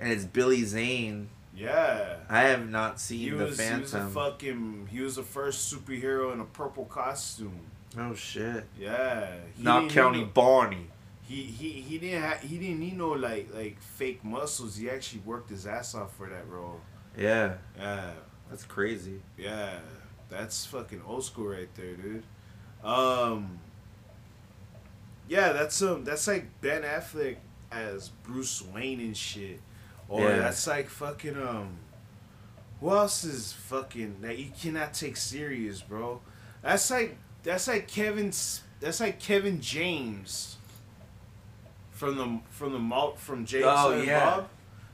C: and it's Billy Zane.
B: Yeah.
C: I have not seen
B: He
C: the
B: was, he was a
C: Phantom.
B: fucking. He was the first superhero in a purple costume.
C: oh shit!
B: Yeah. He
C: Not
B: didn't need
C: County
B: no-
C: Barney.
B: he he he didn't ha- he didn't need no like like fake muscles. He actually worked his ass off for that role.
C: Yeah,
B: Yeah.
C: that's crazy.
B: Yeah, that's fucking old school right there, dude. Um, yeah, that's um, that's like Ben Affleck as Bruce Wayne and shit, or
C: Yeah.
B: that's like fucking um, who else is fucking that you cannot take serious, bro? That's like that's like Kevin's that's like Kevin James from the from the malt from James
C: Oh,
B: and
C: yeah.
B: Bob.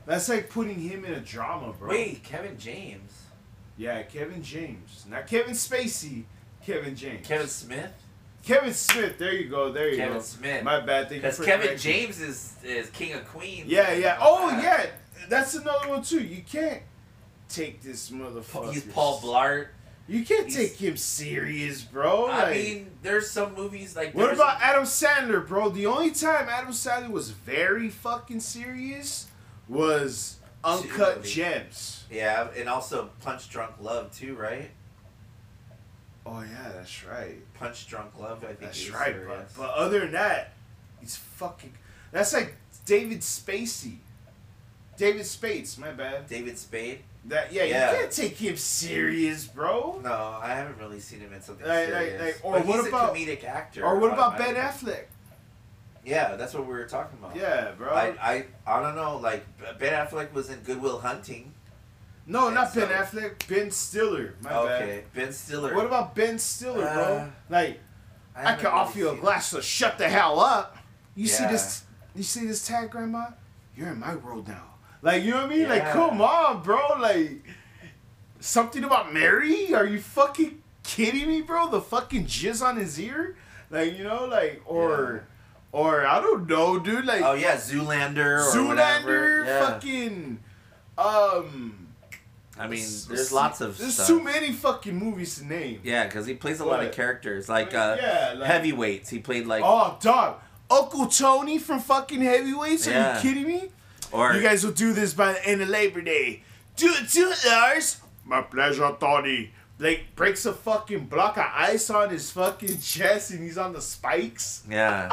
B: That's like putting him in a drama, bro.
C: Kevin James,
B: Yeah, Kevin James. Not Kevin Spacey. Kevin James.
C: Smith,
B: Kevin Smith. There you go. There you
C: Kevin
B: go.
C: Smith.
B: My bad. Thank you for correcting.
C: is is King of Queens. Uh,
B: Yeah, yeah. Oh, yeah. That's another one too. You can't take this motherfucker.
C: Blart.
B: You can't
C: He's-
B: take him serious, bro. Like,
C: there's some movies like.
B: what about Adam Sandler, bro? The only time Adam Sandler was very fucking serious was Uncut
C: movie.
B: Gems.
C: Yeah, and also Punch Drunk Love too, right?
B: Oh yeah, that's right.
C: Punch Drunk Love, I think.
B: That's
C: is
B: right, bro.
C: serious.
B: But other than that, he's fucking. That's like David Spacey. David Spates, my bad.
C: David Spade?
B: That yeah,
C: Yeah.
B: you can't take him serious, bro.
C: No, I haven't really seen him in something
B: Like- like-
C: serious.
B: like- or
C: But
B: what
C: he's
B: about-
C: a comedic actor?
B: Or what about Ben
C: automatically.
B: Affleck?
C: Yeah, that's what we were talking about.
B: Yeah, bro.
C: I, I I don't know. Like Ben Affleck was in Goodwill Hunting.
B: no, not
C: so-
B: Ben Affleck. Ben Stiller, my
C: okay, Ben Stiller.
B: bad. What about Ben Stiller,
C: Uh,
B: bro? Like I,
C: haven't
B: can offer
C: really
B: you a
C: seen
B: glass, so shut the hell up. You see
C: Yeah.
B: this? You see this tag, Grandma? You're in my world now. Like you know what I mean? Like
C: Yeah.
B: come on, bro. Like Something about Mary? Are you fucking kidding me, bro? The fucking jizz on his ear? Like, you know, like, or, or I don't know, dude. Like,
C: Oh yeah, Zoolander. Or whatever.
B: Zoolander,
C: Yeah.
B: fucking, um,
C: I mean, there's lots of
B: There's
C: stuff.
B: too many fucking movies to name.
C: Yeah, because he plays a lot of
B: But-
C: characters, like
B: I
C: uh,
B: mean, yeah, like-
C: heavyweights. He played like
B: Oh, dog. Uncle Tony from fucking Heavyweights? Are you
C: Yeah.
B: kidding me?
C: or
B: You guys will do this by the end of Labor Day. Do it, do it, Lars. My pleasure, Tony. Like breaks a fucking block of ice on his fucking chest, and he's on the spikes. (laughs)
C: yeah.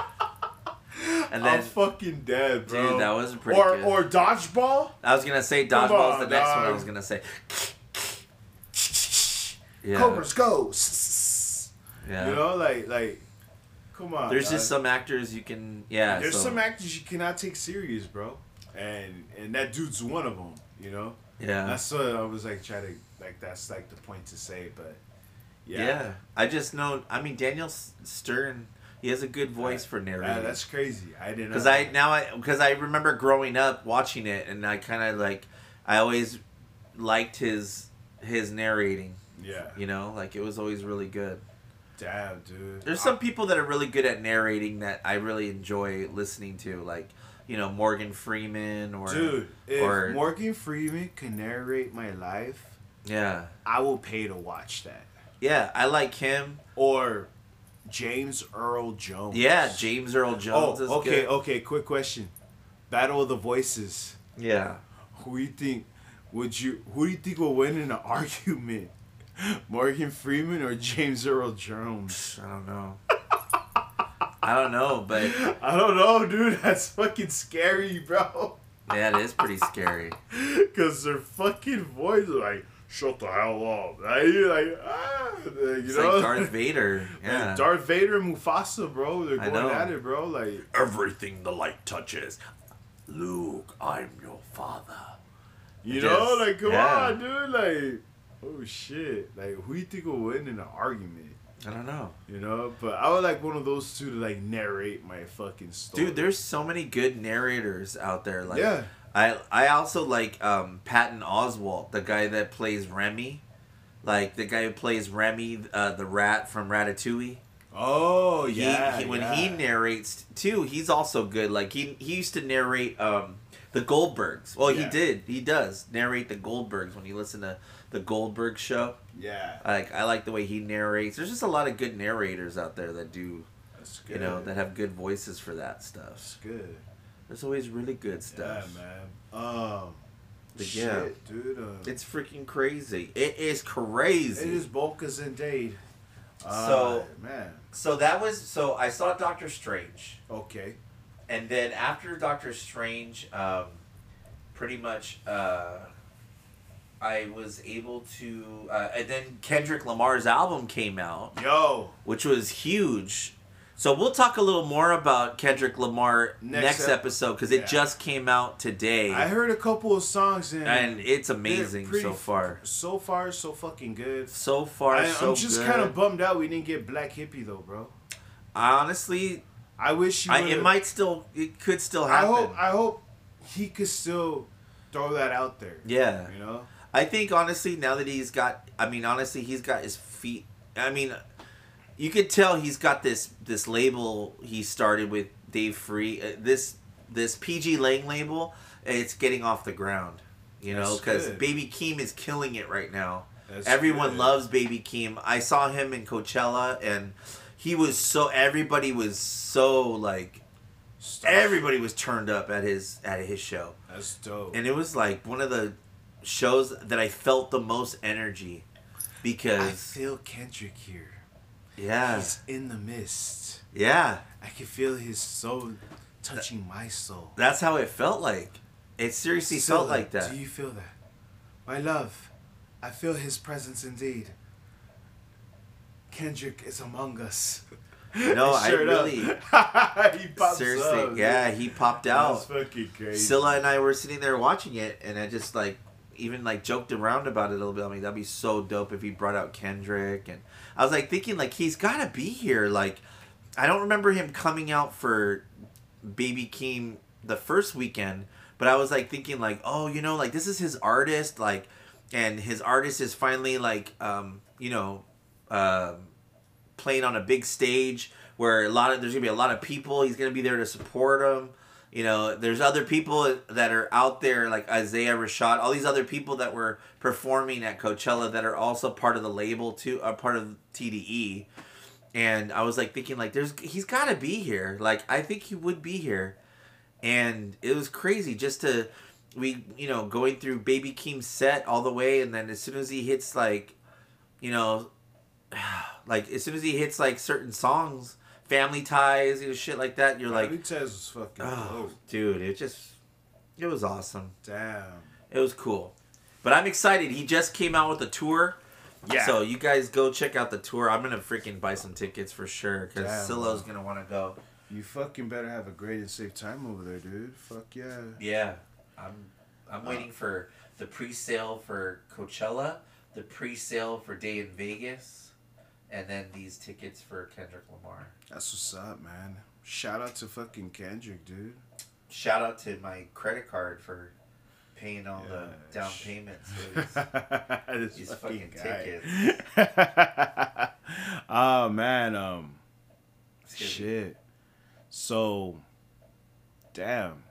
C: And then
B: I'm fucking dead, bro.
C: Dude, that was pretty
B: Or
C: good.
B: or dodgeball.
C: I was gonna say
B: Come
C: dodgeball is the
B: on,
C: next one. I
B: dog.
C: was gonna say. (laughs) Yeah,
B: Cobras go. S-
C: yeah.
B: You know, like like, come on.
C: There's
B: dog.
C: just some actors you can yeah.
B: Uh, There's
C: so-
B: some actors you cannot take serious, bro. And and that dude's one of them. You know.
C: yeah.
B: That's what I was like trying to like. That's like the point to say, but
C: yeah I just know. I mean, Daniel S- Stern. He has a good voice for
B: Yeah,
C: narrating.
B: Uh, that's crazy. I didn't.
C: Because I now I because I remember growing up watching it, and I kind of like I always liked his his narrating.
B: Yeah.
C: You know, like it was always really good.
B: Damn, dude.
C: There's
B: I-
C: some people that are really good at narrating that I really enjoy listening to, like you know Morgan Freeman or
B: Dude, if
C: or
B: Morgan Freeman can narrate my life,
C: yeah
B: I will pay to watch that.
C: yeah I like him.
B: Or James Earl Jones.
C: Yeah, James Earl Jones is
B: Oh, okay,
C: good.
B: okay. Quick question: Battle of the Voices.
C: Yeah,
B: Who you think would you? Who do you think will win in an (laughs) argument? Morgan Freeman or James Earl Jones?
C: I don't know. I don't know, but
B: I don't know, dude. (laughs) That's fucking scary, bro. (laughs)
C: yeah, it is pretty scary.
B: Cause their fucking voice is like, shut the hell up. Like, you're like, ah, you
C: It's
B: know, (laughs)
C: like Darth Vader. Yeah.
B: Like, Darth Vader and Mufasa, bro. They're
C: I
B: going
C: know.
B: at it, bro. Like,
C: everything the light touches. Luke, I'm your father.
B: you
C: It
B: know,
C: is.
B: like, come
C: Yeah.
B: on, dude. Like, oh shit. Like, who you think will win in an argument?
C: I don't know.
B: You know, but I would like one of those two to like narrate my fucking story.
C: Dude, there's so many good narrators out there. Like
B: Yeah.
C: I I also like um Patton Oswalt, the guy that plays Remy. Like the guy who plays Remy, uh, the rat from Ratatouille.
B: Oh
C: He,
B: yeah.
C: he when
B: yeah.
C: he narrates too, he's also good. Like he he used to narrate um the Goldbergs. Well, he
B: Yeah.
C: did. He does narrate the Goldbergs when you listen to the Goldberg show.
B: yeah.
C: Like I like the way he narrates. There's just a lot of good narrators out there that do,
B: That's good.
C: you know, that have good voices for that stuff.
B: That's good.
C: There's always really good stuff.
B: Yeah, man. Um.
C: But
B: shit,
C: yeah.
B: dude. Uh,
C: It's freaking crazy. It is crazy.
B: It is Bolkas and Dade.
C: So-
B: man,
C: So that was so I saw Doctor Strange,
B: okay,
C: and then after Doctor Strange, um, pretty much, uh, I was able to, uh, and then Kendrick Lamar's album came out.
B: yo,
C: which was huge. So we'll talk a little more about Kendrick Lamar next,
B: Next
C: episode 'cause
B: ep-
C: episode because
B: yeah.
C: it just came out today,
B: I heard a couple of songs and
C: and it's
B: they're
C: amazing
B: pretty-
C: so far.
B: So far, so fucking good.
C: So far,
B: I,
C: so
B: I'm just
C: good.
B: kind of bummed out we didn't get Black Hippie though, bro.
C: Honestly,
B: I wish you.
C: I, it
B: would've-
C: might still, it could still
B: I
C: happen.
B: hope. I hope he could still throw that out there.
C: yeah,
B: You know.
C: I think honestly, now that he's got, I mean, honestly, he's got his feet. I mean, you could tell he's got this this label he started with Dave Free. Uh, this this PG Lang label, it's getting off the ground. You know,
B: That's
C: because
B: good.
C: Baby Keem is killing it right now.
B: That's
C: Everyone
B: good.
C: loves Baby Keem. I saw him in Coachella, and he was so. Everybody was so like.
B: Stuff.
C: Everybody was turned up at his at his show
B: That's dope.
C: and it was like one of the shows that I felt the most energy
B: I
C: because
B: feel Kendrick here.
C: yeah,
B: He's in the mist.
C: yeah,
B: I can feel his soul touching my soul.
C: that's how it felt like. It seriously
B: Still,
C: felt like that.
B: Do you feel that? My love, I feel his presence indeed. Kendrick is among us.
C: no,
B: (laughs)
C: I
B: Straight up.
C: really
B: he pops
C: seriously,
B: up,
C: yeah,
B: dude.
C: he popped
B: That's
C: out.
B: fucking crazy.
C: Scylla and I were sitting there watching it, and I just like even like joked around about it a little bit. I mean, that'd be so dope if he brought out Kendrick, and I was like thinking like he's gotta be here. Like, I don't remember him coming out for Baby Keem the first weekend, but I was like thinking like, oh, you know, like this is his artist. Like, and his artist is finally like um, you know um playing on a big stage where a lot of there's gonna be a lot of people. He's gonna be there to support him. You know, there's other people that are out there like Isaiah Rashad, all these other people that were performing at Coachella that are also part of the label too, are part of E. TDE. And I was like thinking like there's he's got to be here. Like I think he would be here and it was crazy just to we you know going through baby keem's set all the way and then as soon as he hits like you know (sighs) like as soon as he hits like certain songs family ties you know shit like that you're like
B: Like, says is fucking.
C: oh
B: Oh,
C: dude it just it was awesome
B: damn.
C: it was cool but i'm excited he just came out with a tour
B: Yeah.
C: so you guys go check out the tour i'm gonna freaking buy some tickets for sure because
B: Damn.
C: silo's gonna want to go
B: You fucking better have a great and safe time over there, dude. Fuck yeah.
C: Yeah, I'm
B: Uh.
C: I'm waiting for the pre-sale for Coachella, the pre-sale for Day in Vegas, and then these tickets for Kendrick Lamar.
B: That's what's up, man. Shout out to fucking Kendrick, dude.
C: Shout out to my credit card for paying all the down
B: sh- (laughs)
C: payments. It was-
B: this
C: These fucking
B: guy. (laughs) oh man, um,
C: Excuse me.
B: shit. So, damn.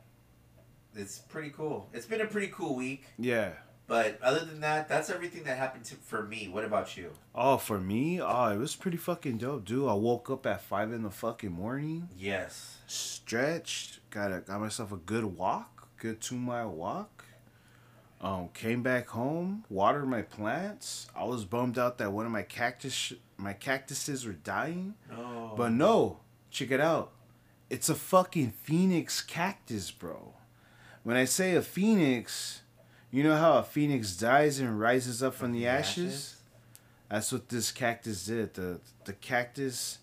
C: It's pretty cool. It's been a pretty cool week,
B: Yeah.
C: but other than that, that's everything that happened to, for me. What about you?
B: Oh, for me, oh, it was pretty fucking dope, dude. I woke up at five in the fucking morning,
C: Yes.
B: stretched, got a, got myself a good walk, good two mile walk. Um, came back home, watered my plants. I was bummed out that one of my cactus my cactuses were dying.
C: Oh.
B: But no, check it out. It's a fucking phoenix cactus, bro. When I say a phoenix, you know how a phoenix dies and rises up from the ashes?
C: ashes?
B: That's what this cactus did. The the cactus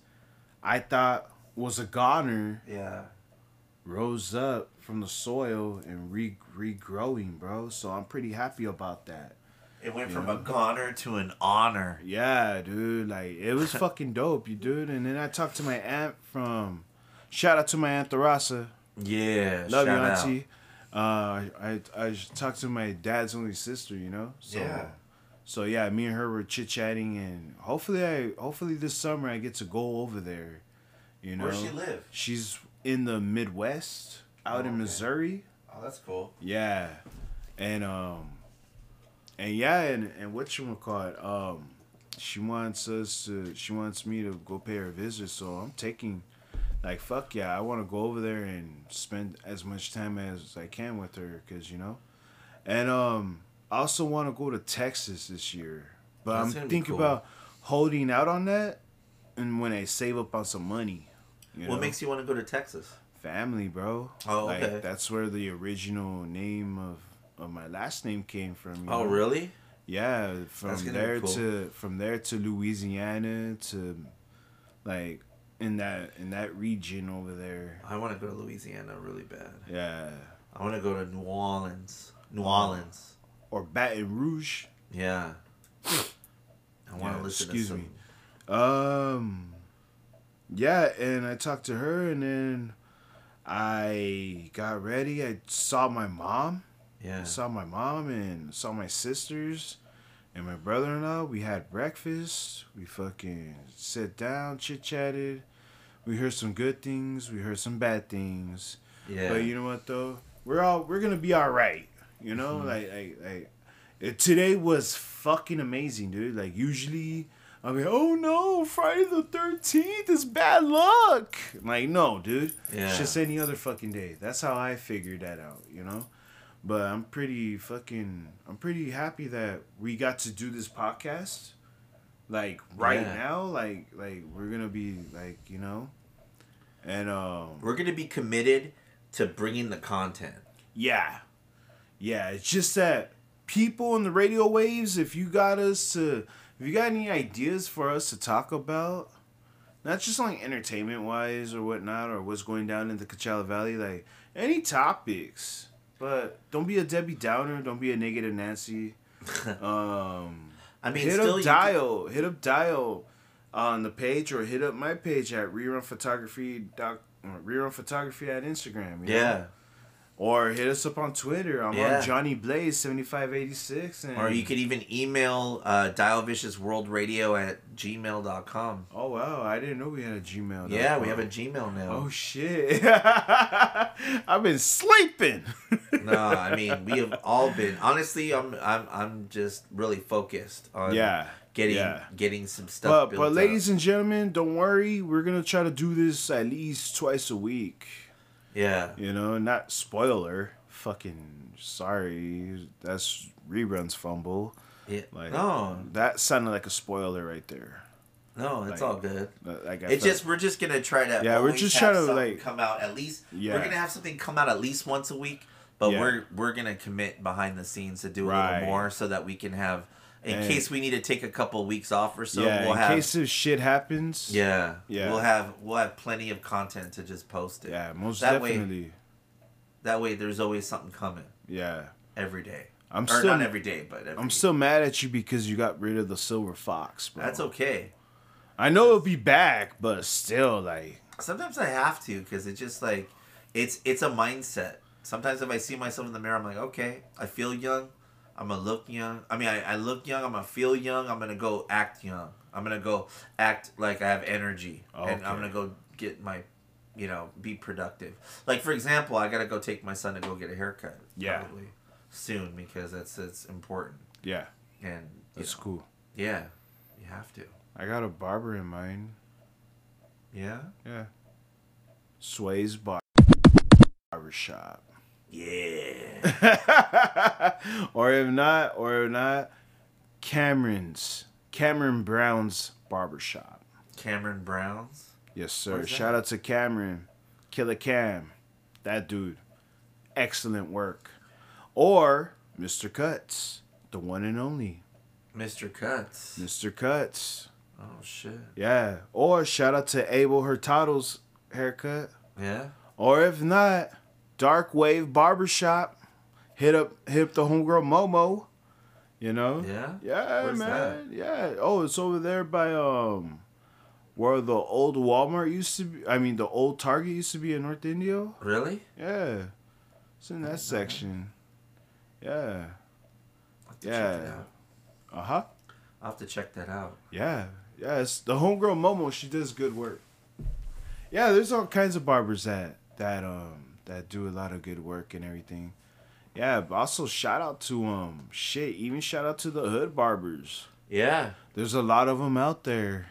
B: I thought was a goner
C: Yeah.
B: rose up from the soil and re regrowing, bro. So I'm pretty happy about that.
C: It went from a goner to an honor.
B: Yeah, dude. Like it was fucking dope, you dude. And then I talked to my aunt from shout out to my aunt Therasa.
C: Yeah.
B: Love you,
C: shout out.
B: auntie. Uh, I I talked to my dad's only sister, you know. So,
C: Yeah.
B: So yeah, me and her were chit chatting, and hopefully I hopefully this summer I get to go over there. You know.
C: Where she live?
B: She's in the Midwest, out in
C: okay.
B: Missouri.
C: Oh, that's cool.
B: Yeah, and um, and yeah, and and what you want call it? Um, she wants us to. She wants me to go pay her a visit, so I'm taking. Like fuck yeah, I want to go over there and spend as much time as I can with her, cause you know, and um, I also want to go to Texas this year, but
C: That's gonna
B: I'm
C: be
B: thinking
C: cool.
B: about holding out on that, and when I save up on some money, you
C: What
B: know? Mm-hmm.
C: makes you want to go to Texas?
B: family, bro.
C: Oh,
B: like,
C: okay.
B: That's where the original name of, of my last name came from. you
C: Oh,
B: know?
C: really?
B: Yeah,
C: That's
B: from
C: gonna be
B: there
C: cool.
B: to from there to Louisiana to, like, in that in that region over there.
C: I want to go to Louisiana really bad.
B: Yeah,
C: I want to go to New Orleans. New Orleans.
B: or Baton Rouge.
C: Yeah. I want
B: Yeah,
C: to listen
B: excuse
C: to some.
B: me. Um, yeah, and I talked to her, and then I got ready. I saw my mom.
C: Yeah.
B: saw my mom and saw my sisters and my brother-in-law we had breakfast we fucking sat down chit-chatted we heard some good things we heard some bad things
C: yeah.
B: but you know what though we're all we're gonna be all right you
C: Mm-hmm.
B: know like like like it, today was fucking amazing dude like usually i'm like oh no friday the 13th is bad luck like no dude
C: Yeah.
B: it's just any other fucking day that's how i figured that out you know but I'm pretty fucking I'm pretty happy that we got to do this podcast. Like right
C: Yeah.
B: now, like like we're gonna be like you know, and um
C: We're going to be committed to bringing the content.
B: yeah, yeah. It's just that people in the radio waves. If you got us to, if you got any ideas for us to talk about, not just like entertainment wise or whatnot, or what's going down in the Coachella Valley, like any topics. But don't be a Debbie Downer. Don't be a negative Nancy. Um,
C: I mean,
B: hit
C: still.
B: up
C: you
B: dial. Hit up dial on the page, or hit up my page at rerun photography doc. Rerun photography at Instagram.
C: can-
B: you know?
C: yeah.
B: Or hit us up on Twitter. I'm
C: Yeah.
B: on Johnny Blaze seventy five eighty six, and
C: Or you could even email uh, dialviciousworldradio at gmail.com.
B: oh wow, I didn't know we had a Gmail.
C: Yeah, we have a Gmail now.
B: Oh shit! (laughs) I've been
C: (laughs)
B: sleeping.
C: no, I mean we have all been. Honestly, I'm I'm I'm just really focused on
B: Yeah,
C: getting
B: yeah.
C: getting some stuff.
B: but
C: built
B: but
C: up.
B: ladies and gentlemen, don't worry. We're gonna try to do this at least twice a week.
C: yeah,
B: You know, not spoiler. Fucking sorry. That's reruns fumble.
C: yeah.
B: Like
C: no,
B: that sounded like a spoiler right there.
C: no, it's
B: like,
C: all good.
B: Like I
C: It's
B: felt-
C: just we're just gonna try to.
B: Yeah, we're
C: always
B: just
C: have
B: trying to,
C: something
B: like-
C: come out at least.
B: Yeah.
C: we're gonna have something come out at least once a week, but
B: Yeah.
C: we're we're gonna commit behind the scenes to do a
B: Right.
C: little more so that we can have in
B: And-
C: case we need to take a couple weeks off or so.
B: yeah.
C: we'll
B: in
C: have
B: case this shit happens.
C: yeah
B: Yeah.
C: we'll have we'll have plenty of content to just post it.
B: Yeah. Most
C: That way-
B: definitely.
C: That way, there's always something coming
B: Yeah.
C: every day.
B: I'm
C: or
B: still-
C: not every day, but every
B: I'm still mad at you because you got rid of the silver fox, bro.
C: That's okay.
B: I know it'll be back, but still, like,
C: Sometimes I have to because it's just like it's it's a mindset. Sometimes if I see myself in the mirror, I'm like, okay, I feel young. I'm gonna look young. I mean, I, I look young. I'm gonna feel young. I'm gonna go act young. I'm gonna go act like I have energy, and I'm
B: Okay.
C: gonna go get my, you know, be productive. Like for example, I gotta go take my son to go get a haircut.
B: Yeah.
C: Probably soon because that's it's important
B: yeah,
C: and you
B: that's
C: know,
B: cool.
C: Yeah, you have to.
B: I got a barber in mind.
C: Yeah.
B: Yeah, Sway's Bar- Barber Shop. (laughs)
C: Yeah.
B: or if not, or if not, Cameron's Cameron Brown's Barber Shop.
C: Cameron Browns.
B: Yes, sir.
C: is that?
B: Shout out to Cameron, Killer Cam, that dude. Excellent work. Or Mr. Cuts, the one and only
C: Mr. Cuts.
B: Mr. Cuts.
C: Oh shit.
B: Yeah. Or shout out to Abel Hurtado's haircut.
C: Yeah.
B: Or if not, Dark Wave Barbershop. Hit up hit up the homegirl Momo. You know?
C: Yeah?
B: Yeah,
C: Where's
B: man. Yeah. Oh, it's over there by um where the old Walmart used to be I mean the old Target used to be in North Indio.
C: Really?
B: Yeah. It's in that section. Yeah.
C: I'll have to check that
B: Yeah.
C: out.
B: Uh huh.
C: I'll have to check that out.
B: Yeah, yeah. It's the homegirl Momo. She does good work. Yeah, there's all kinds of barbers that that um that do a lot of good work and everything. Yeah, but also shout out to um shit. Even shout out to the hood barbers.
C: Yeah.
B: There's a lot of them out there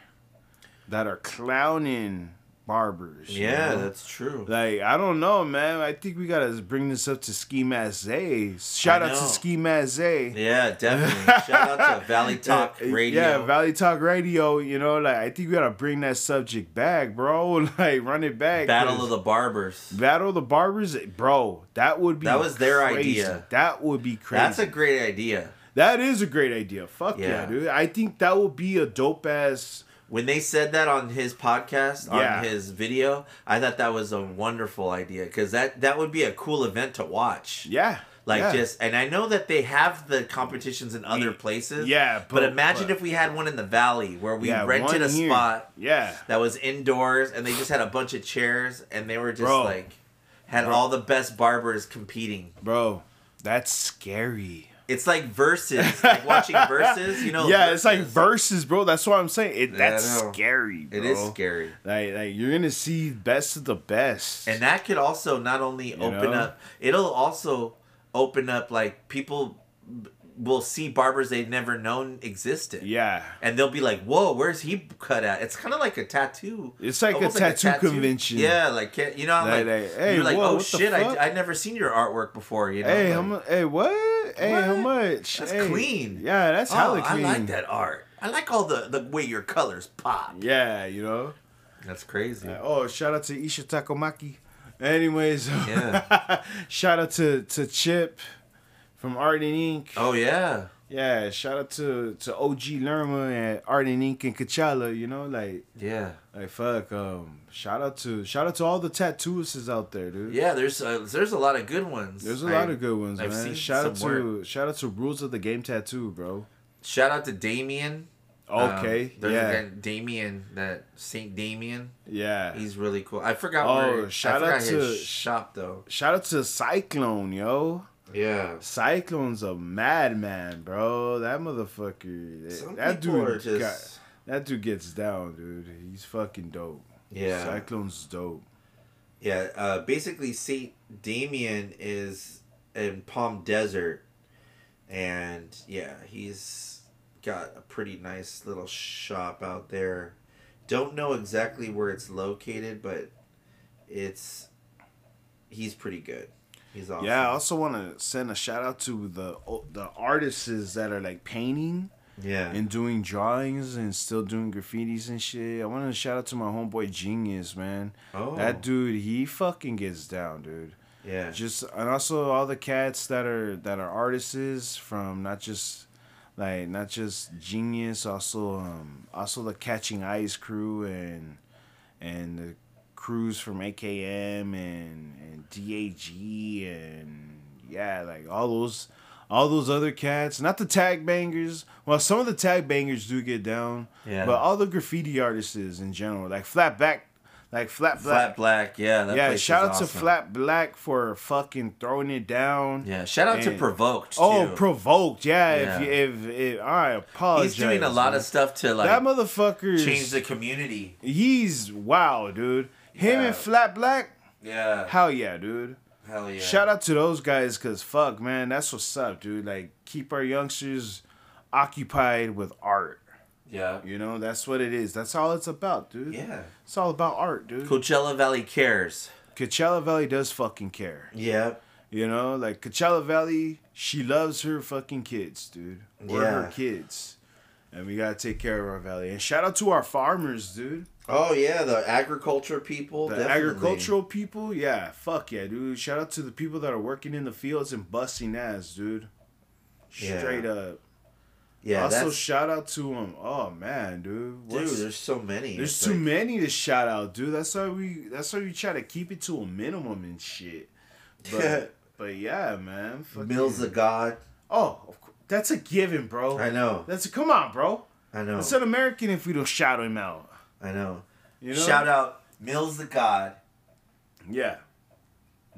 B: that are clowning barbers. you
C: Yeah,
B: know?
C: that's true.
B: Like I don't know, man. I think we gotta bring this up to Ski Mask Zay. Shout out to
C: know.
B: Ski Mask Zay.
C: yeah, definitely.
B: (laughs)
C: Shout out to Valley Talk
B: Yeah,
C: Radio.
B: Uh, Yeah, Valley Talk Radio. You know, like I think we gotta bring that subject back, bro. (laughs) Like run it back.
C: Battle
B: 'cause
C: of the Barbers.
B: Battle of the Barbers, eh, bro. That would be
C: That was their
B: crazy.
C: idea.
B: That would be crazy.
C: That's a great idea.
B: that is a great idea. Fuck yeah.
C: Yeah.
B: dude. I think that would be a dope ass.
C: When they said that on his podcast,
B: Yeah.
C: on his video, I thought that was a wonderful idea because that that would be a cool event to watch.
B: Yeah.
C: Like
B: yeah.
C: just, and I know that they have the competitions in other places.
B: yeah,
C: but,
B: but-
C: imagine
B: but-
C: if we had one in the valley where we
B: Yeah,
C: rented
B: one
C: a
B: here.
C: spot
B: Yeah.
C: that was indoors, and they just had a bunch of chairs, and they were just
B: Bro.
C: like had all the best barbers competing.
B: Bro, that's scary.
C: It's like versus, like
B: (laughs)
C: watching versus. You know?
B: yeah, it's like
C: versus.
B: verses, bro. That's what I'm saying. It,
C: Yeah, I
B: that's
C: know.
B: scary, bro.
C: It is scary.
B: Like, like you're gonna see best of the best.
C: And that could also not only open
B: know?
C: up, it'll also open up like people b- will see barbers they've never known existed.
B: yeah.
C: and they'll be like, "Whoa, where's he cut at?" It's kind of like a tattoo.
B: It's like a
C: Almost
B: tattoo convention.
C: Yeah, like can't- you know, I'm
B: Like,
C: like,
B: like, hey,
C: you're like,
B: whoa,
C: "Oh
B: what the
C: shit,
B: fuck?"
C: I I never seen your artwork before." You know,
B: Hey,
C: like,
B: how much? Hey, what? Hey, how
C: What?
B: much?
C: That's
B: Hey.
C: clean.
B: Yeah, that's hella
C: oh,
B: clean.
C: I like that art. I like all the the way your colors pop.
B: Yeah, you know.
C: That's crazy.
B: Oh, shout out to Isha Takomaki. Anyways, (laughs)
C: Yeah.
B: shout out to to Chip from Art and Ink.
C: oh yeah,
B: Yeah, shout out to to OG Lerma and Art and Ink and Kachala. You know, like
C: yeah,
B: like fuck. Um, shout out to shout out to all the tattooists out there, dude.
C: yeah. There's a, there's a lot of good ones.
B: There's a
C: I-
B: lot of good ones,
C: I've
B: man.
C: seen
B: Shout out
C: some
B: to shout out to Rules of the Game Tattoo, bro.
C: Shout out to Damien.
B: Okay.
C: Um, there's
B: yeah.
C: a guy Damien that Saint Damien.
B: yeah.
C: He's really cool. I forgot
B: Oh,
C: where
B: shout
C: I forgot
B: out to-
C: his shop though.
B: Shout out to Cyclone, yo.
C: Yeah.
B: Cyclone's a madman, bro. That motherfucker.
C: Some
B: that
C: people
B: dude
C: are just-
B: got- that dude gets down, dude. He's fucking dope.
C: Yeah.
B: Cyclone's dope.
C: Yeah, uh, basically Saint Damien is in Palm Desert, and yeah, he's got a pretty nice little shop out there. Don't know exactly where it's located, but it's he's pretty good. He's awesome.
B: Yeah, I also want to send a shout out to the the artists that are like painting
C: yeah,
B: and doing drawings and still doing graffitis and shit. I want to shout out to my homeboy Genius, man.
C: Oh.
B: That dude, he fucking gets down, dude.
C: yeah,
B: just and also all the cats that are that are artists from not just like not just genius also um also the catching ice crew and and the crews from akm and and dag and yeah like all those all those other cats not the tag bangers well some of the tag bangers do get down
C: Yeah.
B: but all the graffiti artists in general like flat back like flat black
C: Flat Black. Yeah, that
B: yeah,
C: place
B: shout
C: is
B: out to
C: awesome.
B: Flat Black for fucking throwing it down.
C: Yeah, shout out to
B: And-
C: Provoked.
B: Oh,
C: too.
B: provoked. Yeah, if
C: Yeah.
B: you if, if I apologize.
C: he's doing a lot of stuff to like
B: that motherfucker.
C: change the community.
B: He's wow, dude. Him
C: Yeah.
B: and Flat Black.
C: Yeah,
B: Hell yeah, dude.
C: hell yeah.
B: Shout out to those guys, cause fuck, man, that's what's up, dude. Like keep our youngsters occupied with art.
C: Yeah,
B: You know, that's what it is. That's all it's about, dude.
C: yeah.
B: It's all about art, dude.
C: Coachella Valley cares.
B: Coachella Valley does fucking care.
C: Yeah,
B: You know, like Coachella Valley, she loves her fucking kids, dude. We're her
C: Yeah.
B: kids. And we gotta take care of our valley. And shout out to our farmers, dude.
C: Oh yeah, the agriculture people.
B: The
C: Oh, definitely.
B: agricultural people, yeah, fuck yeah, dude. Shout out to the people that are working in the fields and busting ass, dude.
C: Yeah.
B: Straight up.
C: Yeah.
B: also,
C: that's,
B: shout out to them. Oh man, dude.
C: dude,
B: What's-
C: there's so many.
B: There's
C: It's
B: too
C: like-
B: many to shout out, dude. That's why we. That's why we try to keep it to a minimum and shit.
C: (laughs)
B: But, but yeah, man. fucking-
C: Mills of God.
B: Oh, of cour- that's a given, bro.
C: I know.
B: That's a, come on, bro.
C: I know.
B: It's an American if we don't shout him out.
C: I know.
B: You know?
C: Shout out Mills the God.
B: Yeah.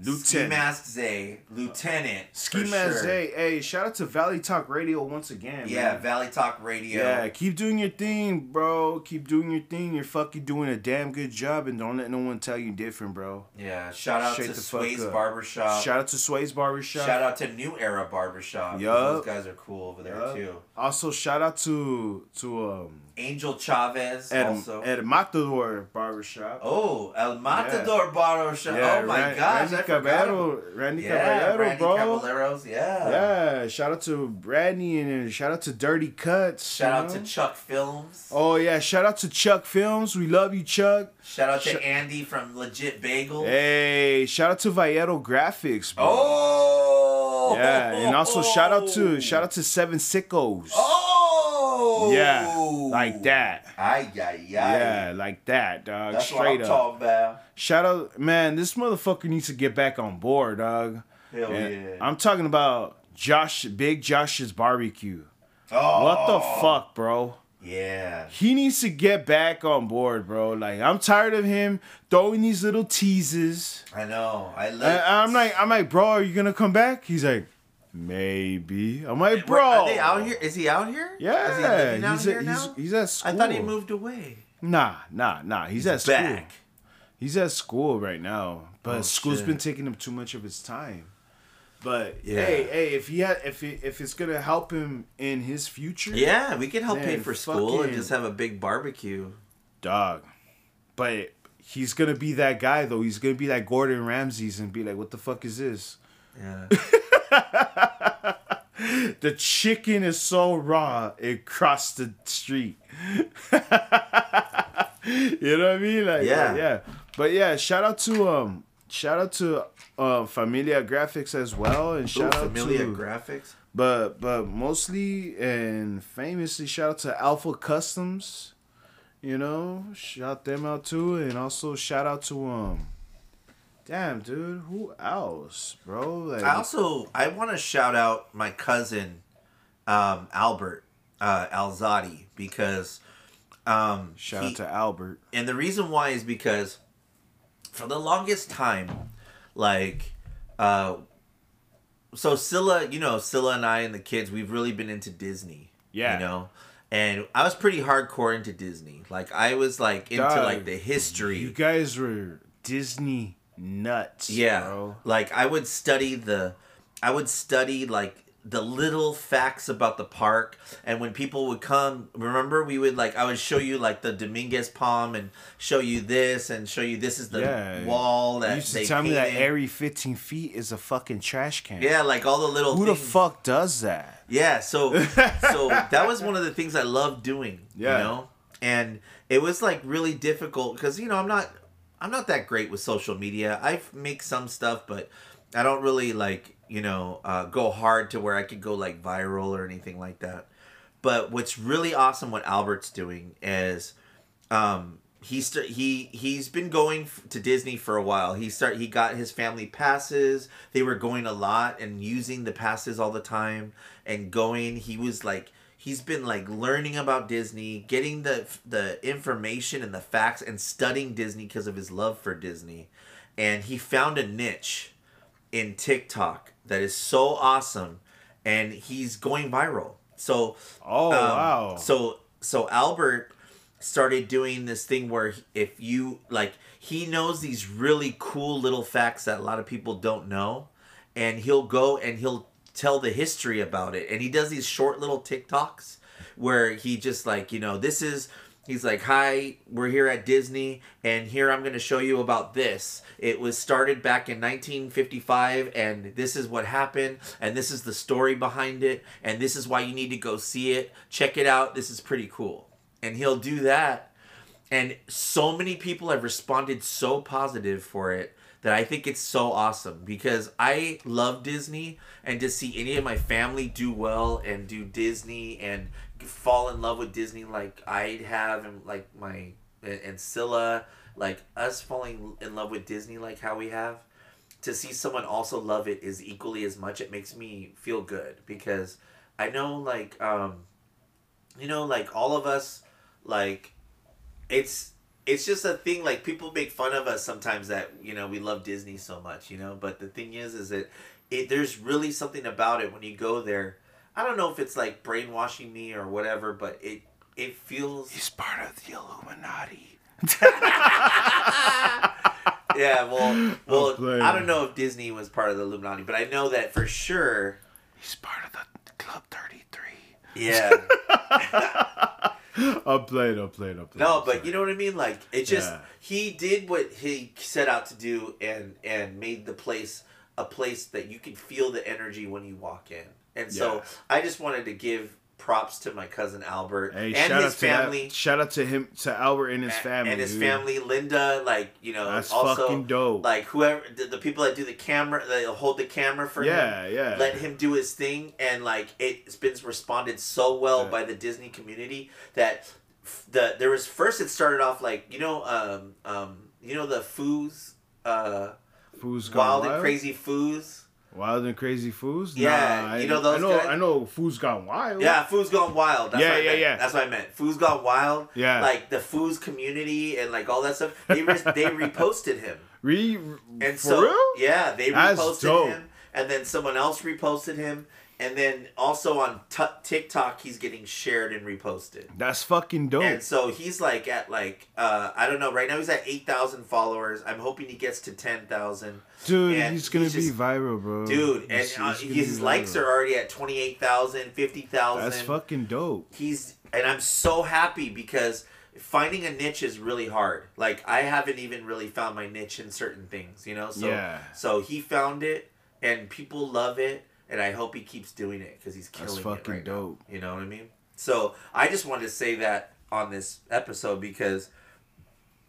C: Ski
B: Lieutenant.
C: Mask Zay. Lieutenant.
B: Ski
C: for
B: Mask
C: sure.
B: Hey, hey, shout out to Valley Talk Radio once again.
C: Yeah,
B: man.
C: Valley Talk Radio.
B: Yeah, keep doing your thing, bro. Keep doing your thing. You're fucking doing a damn good job, and don't let no one tell you different, bro.
C: Yeah, Shout out
B: Shake
C: to
B: the fuck
C: Sway's
B: up.
C: Barbershop.
B: shout out to Sway's Barbershop.
C: Uh, Shout out to New Era Barbershop.
B: Yup.
C: Those guys are cool over there
B: Uh,
C: too.
B: Also, shout out to to um
C: Angel Chavez
B: Ed,
C: also.
B: Ed Matador Barbershop.
C: oh, El Matador Barbershop. oh my
B: Ran-
C: gosh,
B: Randy
C: I forgot about-
B: Caballero, Randy
C: Yeah,
B: Caballero,
C: Randy
B: bro.
C: Caballeros, yeah.
B: Yeah, shout out to Bradney and, and shout out to Dirty Cuts.
C: Shout
B: you
C: out to
B: know?
C: Chuck Films.
B: Oh yeah, shout out to Chuck Films. We love you, Chuck.
C: Shout out to
B: sh-
C: Andy from Legit Bagel.
B: Hey, shout out to Vallejo Graphics, bro.
C: Oh.
B: Yeah, and also shout out to shout out to Seven Sickos.
C: Oh.
B: Yeah, like that.
C: Ay ay
B: Yeah,
C: ay.
B: like that, dog.
C: That's what
B: Straight
C: I'm
B: up.
C: talking about.
B: Shout out, man. This motherfucker needs to get back on board, dog.
C: Hell Oh, yeah.
B: And I'm talking about Josh, Big Josh's barbecue.
C: oh.
B: What the fuck, bro?
C: Yeah.
B: He needs to get back on board, bro. Like I'm tired of him throwing these little teases.
C: I know. I love.
B: And um, I'm like, I'm like, bro, are you gonna come back? He's like, maybe. I'm like,
C: Wait,
B: bro.
C: Are they out here? Is he out here? Is he
B: Yeah,
C: living out
B: he's,
C: here
B: at,
C: now?
B: he's, he's at school.
C: I thought he moved away.
B: Nah, nah, nah. He's, at school.
C: Back.
B: He's at school right now, but
C: Oh,
B: school's
C: shit.
B: been taking him too much of his time. But
C: Yeah.
B: hey, hey, if he had, if it, if it's gonna help him in his future,
C: Yeah, we could help pay
B: Man,
C: for school and
B: fucking-
C: just have a big barbecue.
B: dog. But he's gonna be that guy though. He's gonna be like Gordon Ramsay's and be like, "What the fuck is this?
C: Yeah.
B: The chicken is so raw it crossed the street." (laughs) you know what I mean? Like,
C: Yeah.
B: yeah, yeah. But yeah, shout out to um, shout out to uh, Familia Graphics as well, and (laughs) shout out
C: Familia
B: to
C: Graphics.
B: but but mostly and famously shout out to Alpha Customs, you know, shout them out too, and also shout out to um, damn dude, who else, bro? Like,
C: I also I want to shout out my cousin, um, Albert. uh, Alzadi because um,
B: Shout
C: he-
B: out to Albert.
C: and the reason why is because for the longest time, like, uh, so Scylla, you know, Scylla and I and the kids, we've really been into Disney.
B: Yeah.
C: You know? And I was pretty hardcore into Disney. Like, I was, like, into,
B: Dog,
C: like, the history.
B: You guys were Disney nuts.
C: Yeah.
B: Bro.
C: Like I would study the I would study like the little facts about the park and when people would come remember we would like I would show you like the Dominguez palm and show you this and show you this is the
B: Yeah.
C: wall that
B: You used
C: they
B: to tell me that
C: painted.
B: every 15 feet is a fucking trash can.
C: Yeah, like all the little
B: Who the
C: things.
B: fuck does that?
C: Yeah, so so that was one of the things I loved doing.
B: Yeah.
C: You know? And it was like really difficult because you know I'm not I'm not that great with social media. I make some stuff, but I don't really like you know uh, go hard to where I could go like viral or anything like that. But what's really awesome, what Albert's doing is um he st- he he's been going f- to Disney for a while. He start he got his family passes. They were going a lot and using the passes all the time and going. He was like he's been like learning about Disney, getting the the information and the facts and studying Disney because of his love for Disney. And he found a niche in TikTok that is so awesome and he's going viral. So
B: Oh,
C: Um,
B: wow.
C: So so Albert started doing this thing where he- if you like he knows these really cool little facts that a lot of people don't know and he'll go and he'll tell the history about it and he does these short little TikToks where he just like you know this is he's like hi we're here at Disney and here I'm going to show you about this it was started back in 1955 and this is what happened and this is the story behind it and this is why you need to go see it check it out this is pretty cool and he'll do that and so many people have responded so positive for it that I think it's so awesome because I love Disney and to see any of my family do well and do Disney and fall in love with Disney like I have and like my and, and Scylla like us falling in love with Disney like how we have to see someone also love it is equally as much it makes me feel good because I know like um you know like all of us like it's it's just a thing like people make fun of us sometimes that you know we love disney so much you know but the thing is is that it there's really something about it when you go there i don't know if it's like brainwashing me or whatever but it it feels
B: He's part of the Illuminati.
C: (laughs) yeah
B: (laughs)
C: well well
B: playing.
C: i don't know if disney was part of the illuminati but i know that for sure
B: He's part of the Club 33. (laughs)
C: yeah
B: I'll play it, I'll play it, I'll play
C: No, but you know what I mean. Like it just
B: Yeah.
C: he did what he set out to do, and and made the place a place that you can feel the energy when you walk in. And so
B: Yeah.
C: I just wanted to give props to my cousin Albert
B: Hey,
C: and
B: shout
C: his
B: out to that-
C: family.
B: shout out to him, to Albert and his family.
C: and his
B: dude.
C: family, Linda, like you know,
B: That's
C: also
B: fucking dope.
C: like whoever the, the people that do the camera, that hold the camera for
B: Yeah,
C: him,
B: yeah.
C: let him do his thing, and like it's been responded so well by the Disney community that f- the there was first it started off like you know um um you know the foos uh
B: Foo's Gone
C: wild and crazy foos
B: Wild and Crazy Fools?
C: Yeah,
B: Nah, I-
C: you know those
B: I know,
C: guys?
B: I know Foo's Gone Wild.
C: Yeah, Foos Gone Wild. That's
B: Yeah,
C: what I
B: yeah,
C: meant.
B: yeah.
C: That's what I meant. Foos Gone Wild.
B: Yeah.
C: Like the Foos community and like all that stuff. They re- they reposted him.
B: Re,
C: And
B: for
C: so
B: real?
C: yeah, they
B: That's
C: reposted
B: dope.
C: him and then someone else reposted him and then also on t- TikTok he's getting shared and reposted.
B: That's fucking dope.
C: And so he's like at like uh I don't know, right now he's at 8,000 followers. I'm hoping he gets to 10,000.
B: Dude,
C: And
B: he's gonna
C: he's
B: be
C: just-
B: viral, bro.
C: Dude, and
B: He's-
C: uh,
B: he's gonna
C: his
B: be
C: likes
B: viral.
C: are already at 28,000, 50,000
B: That's fucking dope.
C: he's and I'm so happy because finding a niche is really hard. Like I haven't even really found my niche in certain things, you know. So
B: Yeah.
C: so he found it and people love it and I hope he keeps doing it cuz he's killing
B: That's
C: it
B: fucking
C: right
B: dope.
C: now. You know what I mean? So I just wanted to say that on this episode because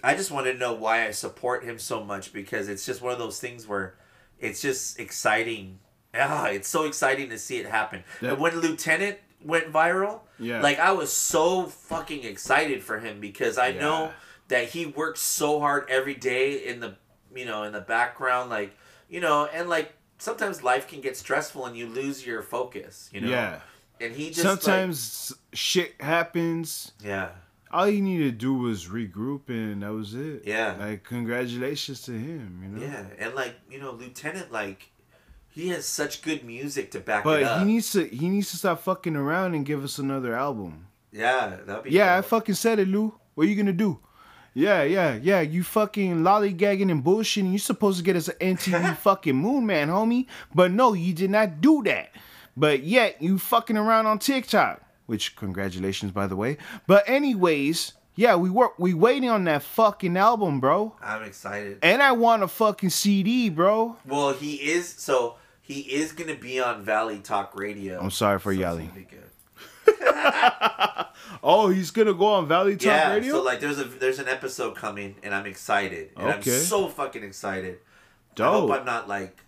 C: I just want to know why I support him so much because it's just one of those things where it's just exciting. Ah, it's so exciting to see it happen.
B: Yeah.
C: And when Lieutenant went viral,
B: Yeah.
C: like I was so fucking excited for him because I know
B: Yeah.
C: that he works so hard every day in the you know in the background, like you know, and like sometimes life can get stressful and you lose your focus, you know.
B: Yeah.
C: and he just like-
B: Sometimes shit happens.
C: yeah,
B: All you need to do was regroup, and that was it.
C: Yeah.
B: Like congratulations to him. You know.
C: yeah, and like you know, Lieutenant, like he has such good music to back it
B: But
C: up.
B: he needs to he needs to stop fucking around and give us another album.
C: yeah, that'd be
B: Yeah, I
C: cool.
B: fucking said it, Lou. What you gonna do? Yeah, yeah, yeah. You fucking lollygagging and bullshitting. You supposed to get us an (laughs) MTV fucking Moon Man, homie. But no, you did not do that. But yet you fucking around on TikTok. Which congratulations, by the way. But anyways, yeah, we work. We waiting on that fucking album, bro.
C: I'm excited.
B: And I want a fucking CD, bro.
C: well, he is so he is gonna be on Valley Talk Radio.
B: I'm sorry for
C: So it's
B: yelling.
C: gonna be good.
B: Oh, he's gonna go on Valley Talk
C: yeah,
B: Radio.
C: so like there's a there's an episode coming, and I'm excited, and
B: Okay.
C: I'm so fucking excited. I
B: Dope.
C: hope I'm not like,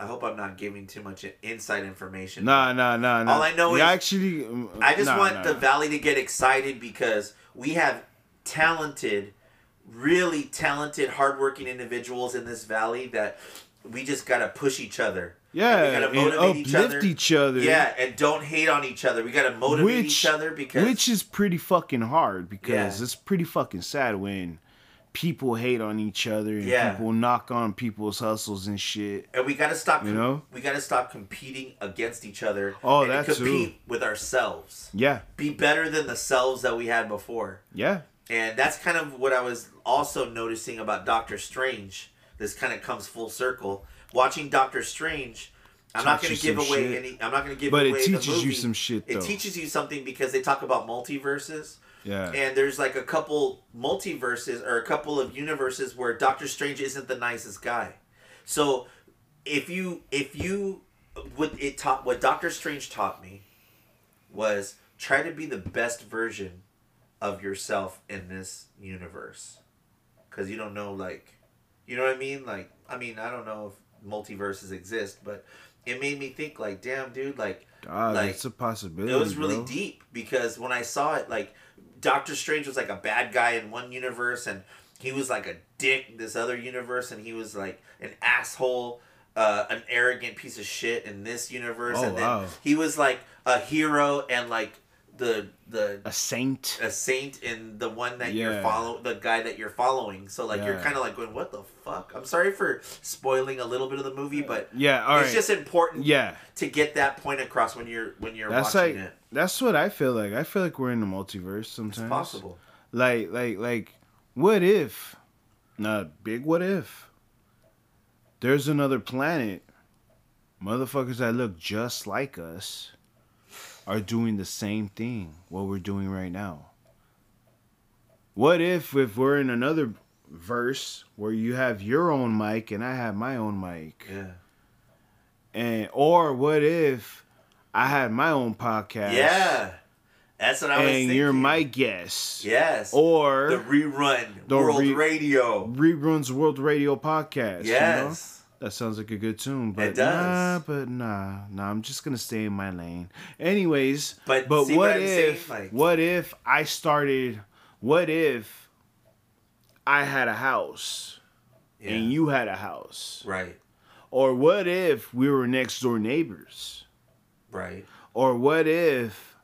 C: I hope I'm not giving too much inside information.
B: Nah, nah, nah, nah.
C: All I know
B: You
C: is-
B: actually. mm,
C: I just
B: nah,
C: want
B: nah,
C: the
B: nah.
C: Valley to get excited because we have talented, really talented, hardworking individuals in this Valley that we just gotta push each other.
B: Yeah,
C: we
B: and uplift each other.
C: Yeah, and don't hate on each other. We gotta motivate each other because
B: which is pretty fucking hard because
C: Yeah.
B: it's pretty fucking sad when people hate on each other and
C: Yeah.
B: people knock on people's hustles and shit.
C: and we gotta stop.
B: You know?
C: we gotta stop competing against each other.
B: Oh,
C: and
B: that too.
C: compete with ourselves.
B: Yeah,
C: Be better than the selves that we had before.
B: yeah,
C: And that's kind of what I was also noticing about Doctor Strange. This kind of comes full circle. Watching Doctor Strange, I'm not
B: Teach
C: going
B: you
C: to
B: some
C: give away
B: shit.
C: any. I'm not going to give
B: But it
C: away.
B: teaches
C: the
B: you
C: movie.
B: some shit, though.
C: It teaches you something because they talk about multiverses.
B: Yeah.
C: And there's like a couple multiverses or a couple of universes where Doctor Strange isn't the nicest guy. So if you if you what it taught what Doctor Strange taught me was try to be the best version of yourself in this universe because you don't know like you know what i mean like i mean i don't know if multiverses exist but it made me think like damn dude like
B: God,
C: like
B: it's Ah, a possibility.
C: it was really
B: bro.
C: deep because when i saw it like doctor strange was like a bad guy in one universe and he was like a dick in this other universe and he was like an asshole uh, an arrogant piece of shit in this universe
B: Oh,
C: and then
B: wow.
C: he was like a hero and like the the
B: A saint.
C: a saint in the one that you're
B: Yeah.
C: follow the guy that you're following. So like you're
B: Yeah.
C: kind of like going, what the fuck? I'm sorry for spoiling a little bit of the movie, but
B: Yeah, all
C: it's
B: right.
C: just important
B: Yeah.
C: to get that point across when you're when you're
B: That's like
C: watching it.
B: that's what I feel like. I feel like we're in the multiverse sometimes.
C: It's possible.
B: Like, like, like, what if? Not big. What if? There's another planet. Motherfuckers that look just like us are doing the same thing what we're doing right now. What if if we're in another verse where you have your own mic and I have my own mic?
C: Yeah.
B: And or what if I had my own podcast?
C: Yeah. That's what I was
B: And
C: thinking.
B: you're my guest.
C: Yes.
B: Or
C: the rerun
B: The
C: World
B: re-
C: Radio.
B: Reruns World Radio podcast. you know?
C: Yes.
B: That sounds like a good tune, but
C: It does.
B: nah, but nah, nah. I'm just gonna stay in my lane. Anyways,
C: But
B: but
C: see
B: what,
C: what I'm saying?
B: if?
C: Like-
B: what if I started? What if I had a house
C: Yeah.
B: and you had a house?
C: right.
B: Or what if we were next door neighbors?
C: Right.
B: Or what if,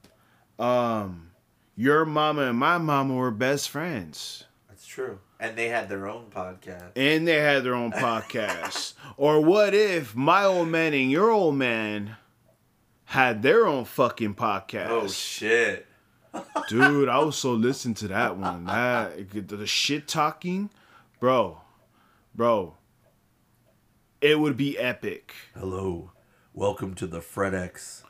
B: um, your mama and my mama were best friends?
C: That's true. And they had their own podcast.
B: and they had their own podcast. or what if my old man and your old man had their own fucking podcast?
C: Oh shit.
B: Dude, I also listened to that one. That the shit talking, bro, bro. It would be epic.
C: Hello. Welcome to the FredEx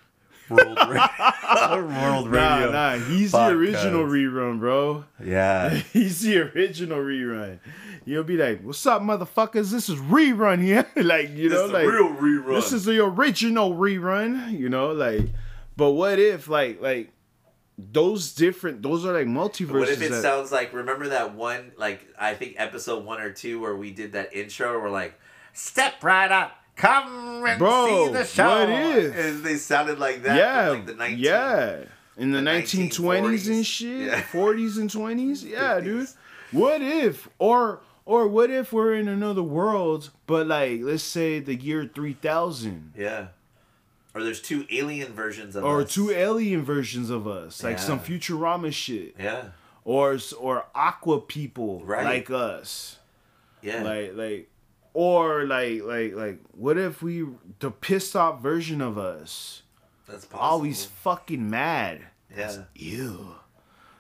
C: World,
B: (laughs)
C: Ra- (laughs) World Radio.
B: Nah, nah, he's
C: podcast.
B: the original rerun, bro. (laughs)
C: Yeah.
B: He's the original rerun. You'll be like, "What's up, motherfuckers? This is rerun here." (laughs) like you know,
C: this is
B: like
C: a real rerun.
B: This is the original rerun, you know, like but what if like like those different those are like multiverses.
C: what if it
B: that-
C: sounds like remember that one like I think episode one or two where we did that intro where we're like step right up, come and
B: Bro,
C: see the show.
B: what if?
C: And they sounded like that.
B: yeah,
C: like the 19,
B: yeah. In the
C: the
B: nineteen twenties and
C: 1940s.
B: shit.
C: Yeah.
B: Forties and
C: (laughs)
B: twenties. Yeah, dude. What if or or what if we're in another world, but like let's say the year three thousand.
C: yeah. or there's two alien versions of
B: or
C: us.
B: two alien versions of us, like some
C: Yeah.
B: Futurama shit,
C: Yeah,
B: or s- or aqua people
C: Right.
B: like us,
C: yeah.
B: (laughs) like like, or like like like, what if we the pissed off version of us,
C: that's possible.
B: always fucking mad,
C: Yeah.
B: you,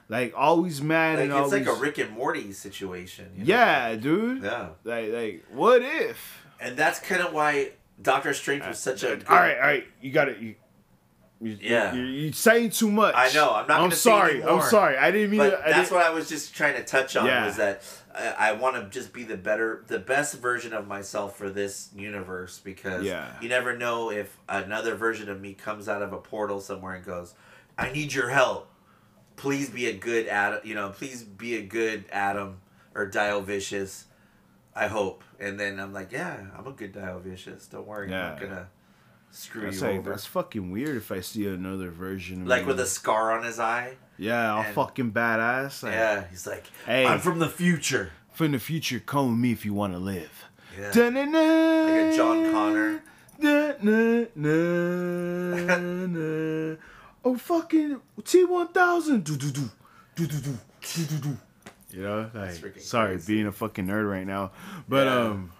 B: like always mad
C: Like,
B: and
C: it's
B: always
C: like a Rick and Morty situation. you know?
B: yeah, dude,
C: Yeah.
B: like like, what if?
C: And that's kind of why Doctor Strange was such a.
B: Uh, All right, all right, you got it. You, you,
C: Yeah.
B: you're, you're saying too much.
C: I know, I'm not
B: I'm
C: gonna say
B: sorry. I'm
C: anymore.
B: sorry. I didn't mean.
C: But
B: to, I
C: that's
B: didn't,
C: what I was just trying to touch on
B: Yeah.
C: was that uh, I, I want to just be the better, the best version of myself for this universe because
B: Yeah.
C: you never know if another version of me comes out of a portal somewhere and goes, "I need your help. Please be a good Adam. You know, please be a good Adam or Dio Vicious. I hope." And then I'm like, "Yeah, I'm a good Dio Vicious. Don't worry, I'm not
B: Yeah.
C: gonna screw
B: That's
C: you
B: like,
C: over."
B: that's fucking weird if I see another version. of
C: Like
B: me.
C: with a scar on his eye.
B: yeah, all
C: and-
B: fucking badass. Like,
C: Yeah, he's like,
B: Hey.
C: "I'm from the future."
B: From the future, come with me if you want to live.
C: Yeah.
B: Da-na-na,
C: Like a John Connor. (laughs)
B: da-na-na-na. oh fucking T one thousand. Do do do do do do do do do. You know, like
C: freaking
B: sorry,
C: crazy.
B: being a fucking nerd right now, but
C: Yeah.
B: um,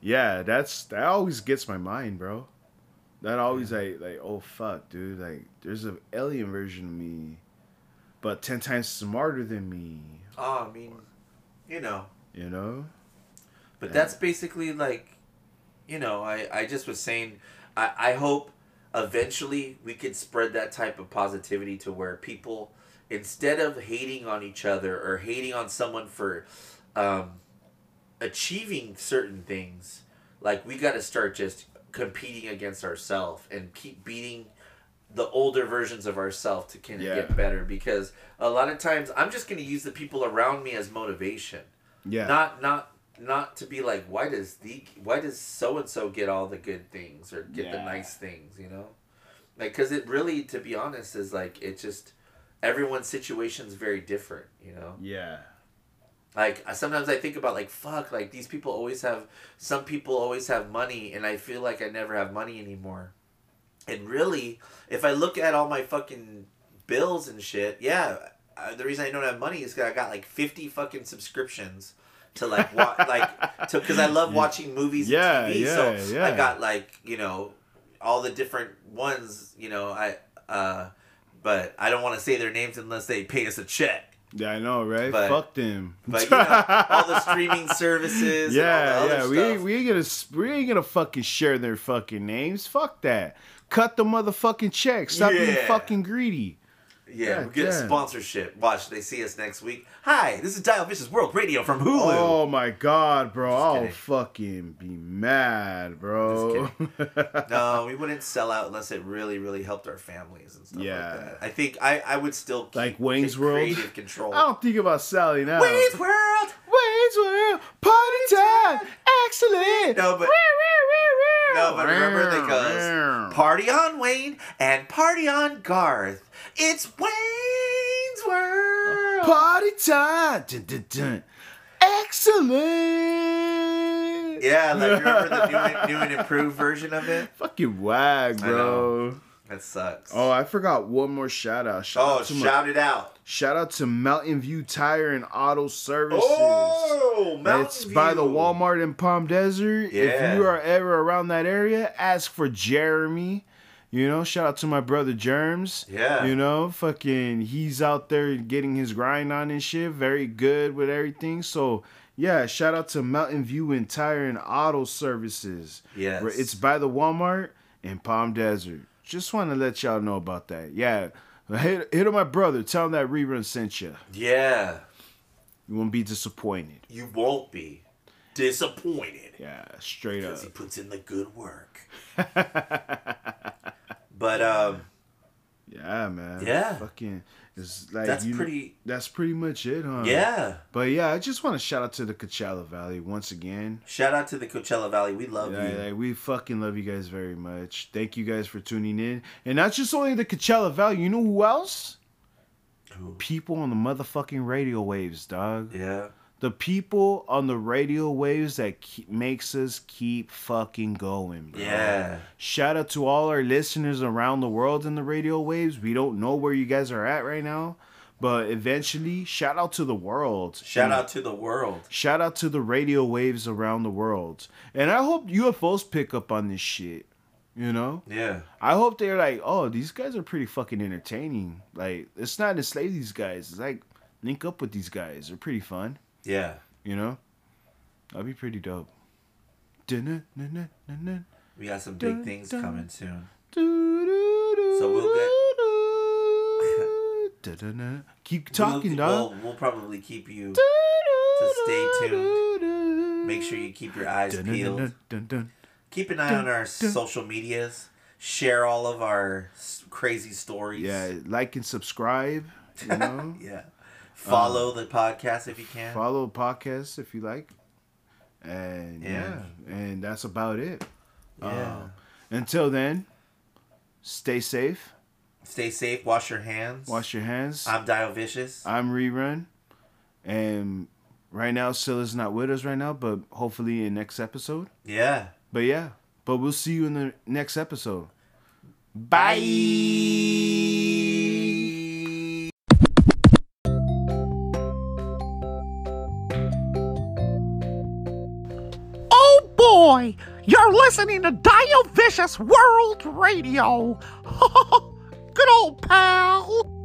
B: yeah, that's that always gets my mind, bro. That always like like oh fuck, dude, like there's an alien version of me, but ten times smarter than me.
C: Oh, I mean, you know,
B: You know?
C: but that's basically like, you know, I, I just was saying, I, I hope eventually we could spread that type of positivity to where people, instead of hating on each other or hating on someone for um, achieving certain things, like we got to start just competing against ourselves and keep beating the older versions of ourselves to kind of
B: Yeah.
C: get better because a lot of times I'm just going to use the people around me as motivation
B: Yeah.
C: not not not to be like why does the why does so and so get all the good things or get the
B: Yeah.
C: nice things you know like because it really to be honest is like it just everyone's situation's very different you know
B: yeah.
C: like I- sometimes i think about like fuck like these people always have some people always have money and i feel like i never have money anymore and really if i look at all my fucking bills and shit yeah uh, the reason i don't have money is because i got like 50 fucking subscriptions to
B: (laughs)
C: like wa- like to because i love watching movies
B: Yeah,
C: and tv
B: yeah,
C: so i
B: yeah.
C: got like you know all the different ones you know i uh but i don't want to say their names unless they pay us a check
B: Yeah, I know, right?
C: But-
B: Fuck them. (laughs)
C: but you know, all the streaming services.
B: yeah,
C: and all the
B: yeah,
C: other
B: we
C: stuff.
B: ain't, we ain't gonna s- we ain't gonna fucking share their fucking names. Fuck that. Cut the motherfucking check. Stop being
C: Yeah.
B: fucking greedy.
C: yeah, we
B: God
C: get a
B: damn.
C: sponsorship. Watch, they see us next week. Hi, this is Dial Vicious World Radio from Hulu.
B: Oh my god, bro! I'll
C: kidding.
B: fucking be mad, (laughs) bro.
C: No, we wouldn't sell out unless it really, really helped our families and stuff
B: Yeah.
C: like that. I think I, I would still keep
B: Like Wayne's
C: creative
B: World? Oh,
C: control.
B: I don't think about Sally now.
C: Wayne's World.
B: Wayne's World party time. Excellent.
C: No, but-
B: Woo, woo, woo, woo.
C: No, but remember that goes party on Wayne and party on Garth. It's Wayne's World.
B: (laughs) Party time! Dun, dun, dun. Excellent!
C: yeah, like remember the new, and- new and improved version of it.
B: Fucking wag,
C: I
B: bro.
C: That sucks.
B: Oh, I forgot one more shout out. Shout
C: Oh,
B: out to my-
C: shout it out.
B: shout out to Mountain View Tire and Auto Services. Oh!
C: Mountain
B: it's by the
C: View.
B: Walmart in Palm Desert.
C: Yeah.
B: If you are ever around that area, ask for Jeremy. You know, shout out to my brother Germs.
C: Yeah.
B: You know, fucking, he's out there getting his grind on and shit. Very good with everything. So, yeah, shout out to Mountain View and Tire and Auto Services.
C: Yes.
B: Where It's by the Walmart in Palm Desert. Just want to let y'all know about that. Yeah. Hit, hit on my brother. Tell him that rerun sent you.
C: Yeah,
B: You won't be disappointed.
C: you won't be disappointed
B: Yeah, straight up.
C: because he puts in the good work. (laughs) but um,
B: Yeah, man.
C: Yeah.
B: Fucking it's like
C: That's pretty-
B: that's pretty much it, huh?
C: yeah,
B: But yeah, I just want to shout out to the Coachella Valley once again.
C: shout out to the Coachella Valley. We love
B: Yeah,
C: you.
B: like, we fucking love you guys very much. Thank you guys for tuning in. And not just only the Coachella Valley, you know who else?
C: Who?
B: People on the motherfucking radio waves, dog.
C: yeah,
B: the people on the radio waves that keep, makes us keep fucking going, bro.
C: Yeah.
B: Shout out to all our listeners around the world in the radio waves. We don't know where you guys are at right now, but eventually, shout out to the world.
C: Shout out to the world.
B: Shout out to the radio waves around the world. And I hope UFOs pick up on this shit. You know?
C: Yeah.
B: I hope they're like, oh, these guys are pretty fucking entertaining. Like, it's not to slay these guys. It's like, link up with these guys. They're pretty fun.
C: Yeah.
B: You know? That'd be pretty dope. Dun-dun-dun-dun-dun.
C: We got some big things
B: Dun, dun.
C: coming soon.
B: Doo-doo-doo.
C: So we'll get-
B: (laughs) Dun-dun-dun. Keep talking,
C: we'll,
B: dog.
C: We'll, we'll probably keep you.
B: To
C: stay Make sure you keep your eyes peeled. Keep an eye on our social medias. Share all of our s- crazy stories.
B: Yeah, like and subscribe.
C: (laughs)
B: You know,
C: Yeah.
B: Um,
C: Follow the podcast if you can.
B: follow the podcast if you like, and yeah.
C: Yeah.
B: and that's about it.
C: yeah.
B: um, Until then, stay safe.
C: Stay safe. Wash your hands.
B: Wash your hands.
C: I'm Dio Vicious.
B: I'm rerun, and right now Scylla's not with us right now, but hopefully in next episode.
C: yeah.
B: But yeah, but we'll see you in the next episode.
C: Bye.
E: Oh boy, you're listening to (laughs) Dio Vicious World Radio. Good old pal.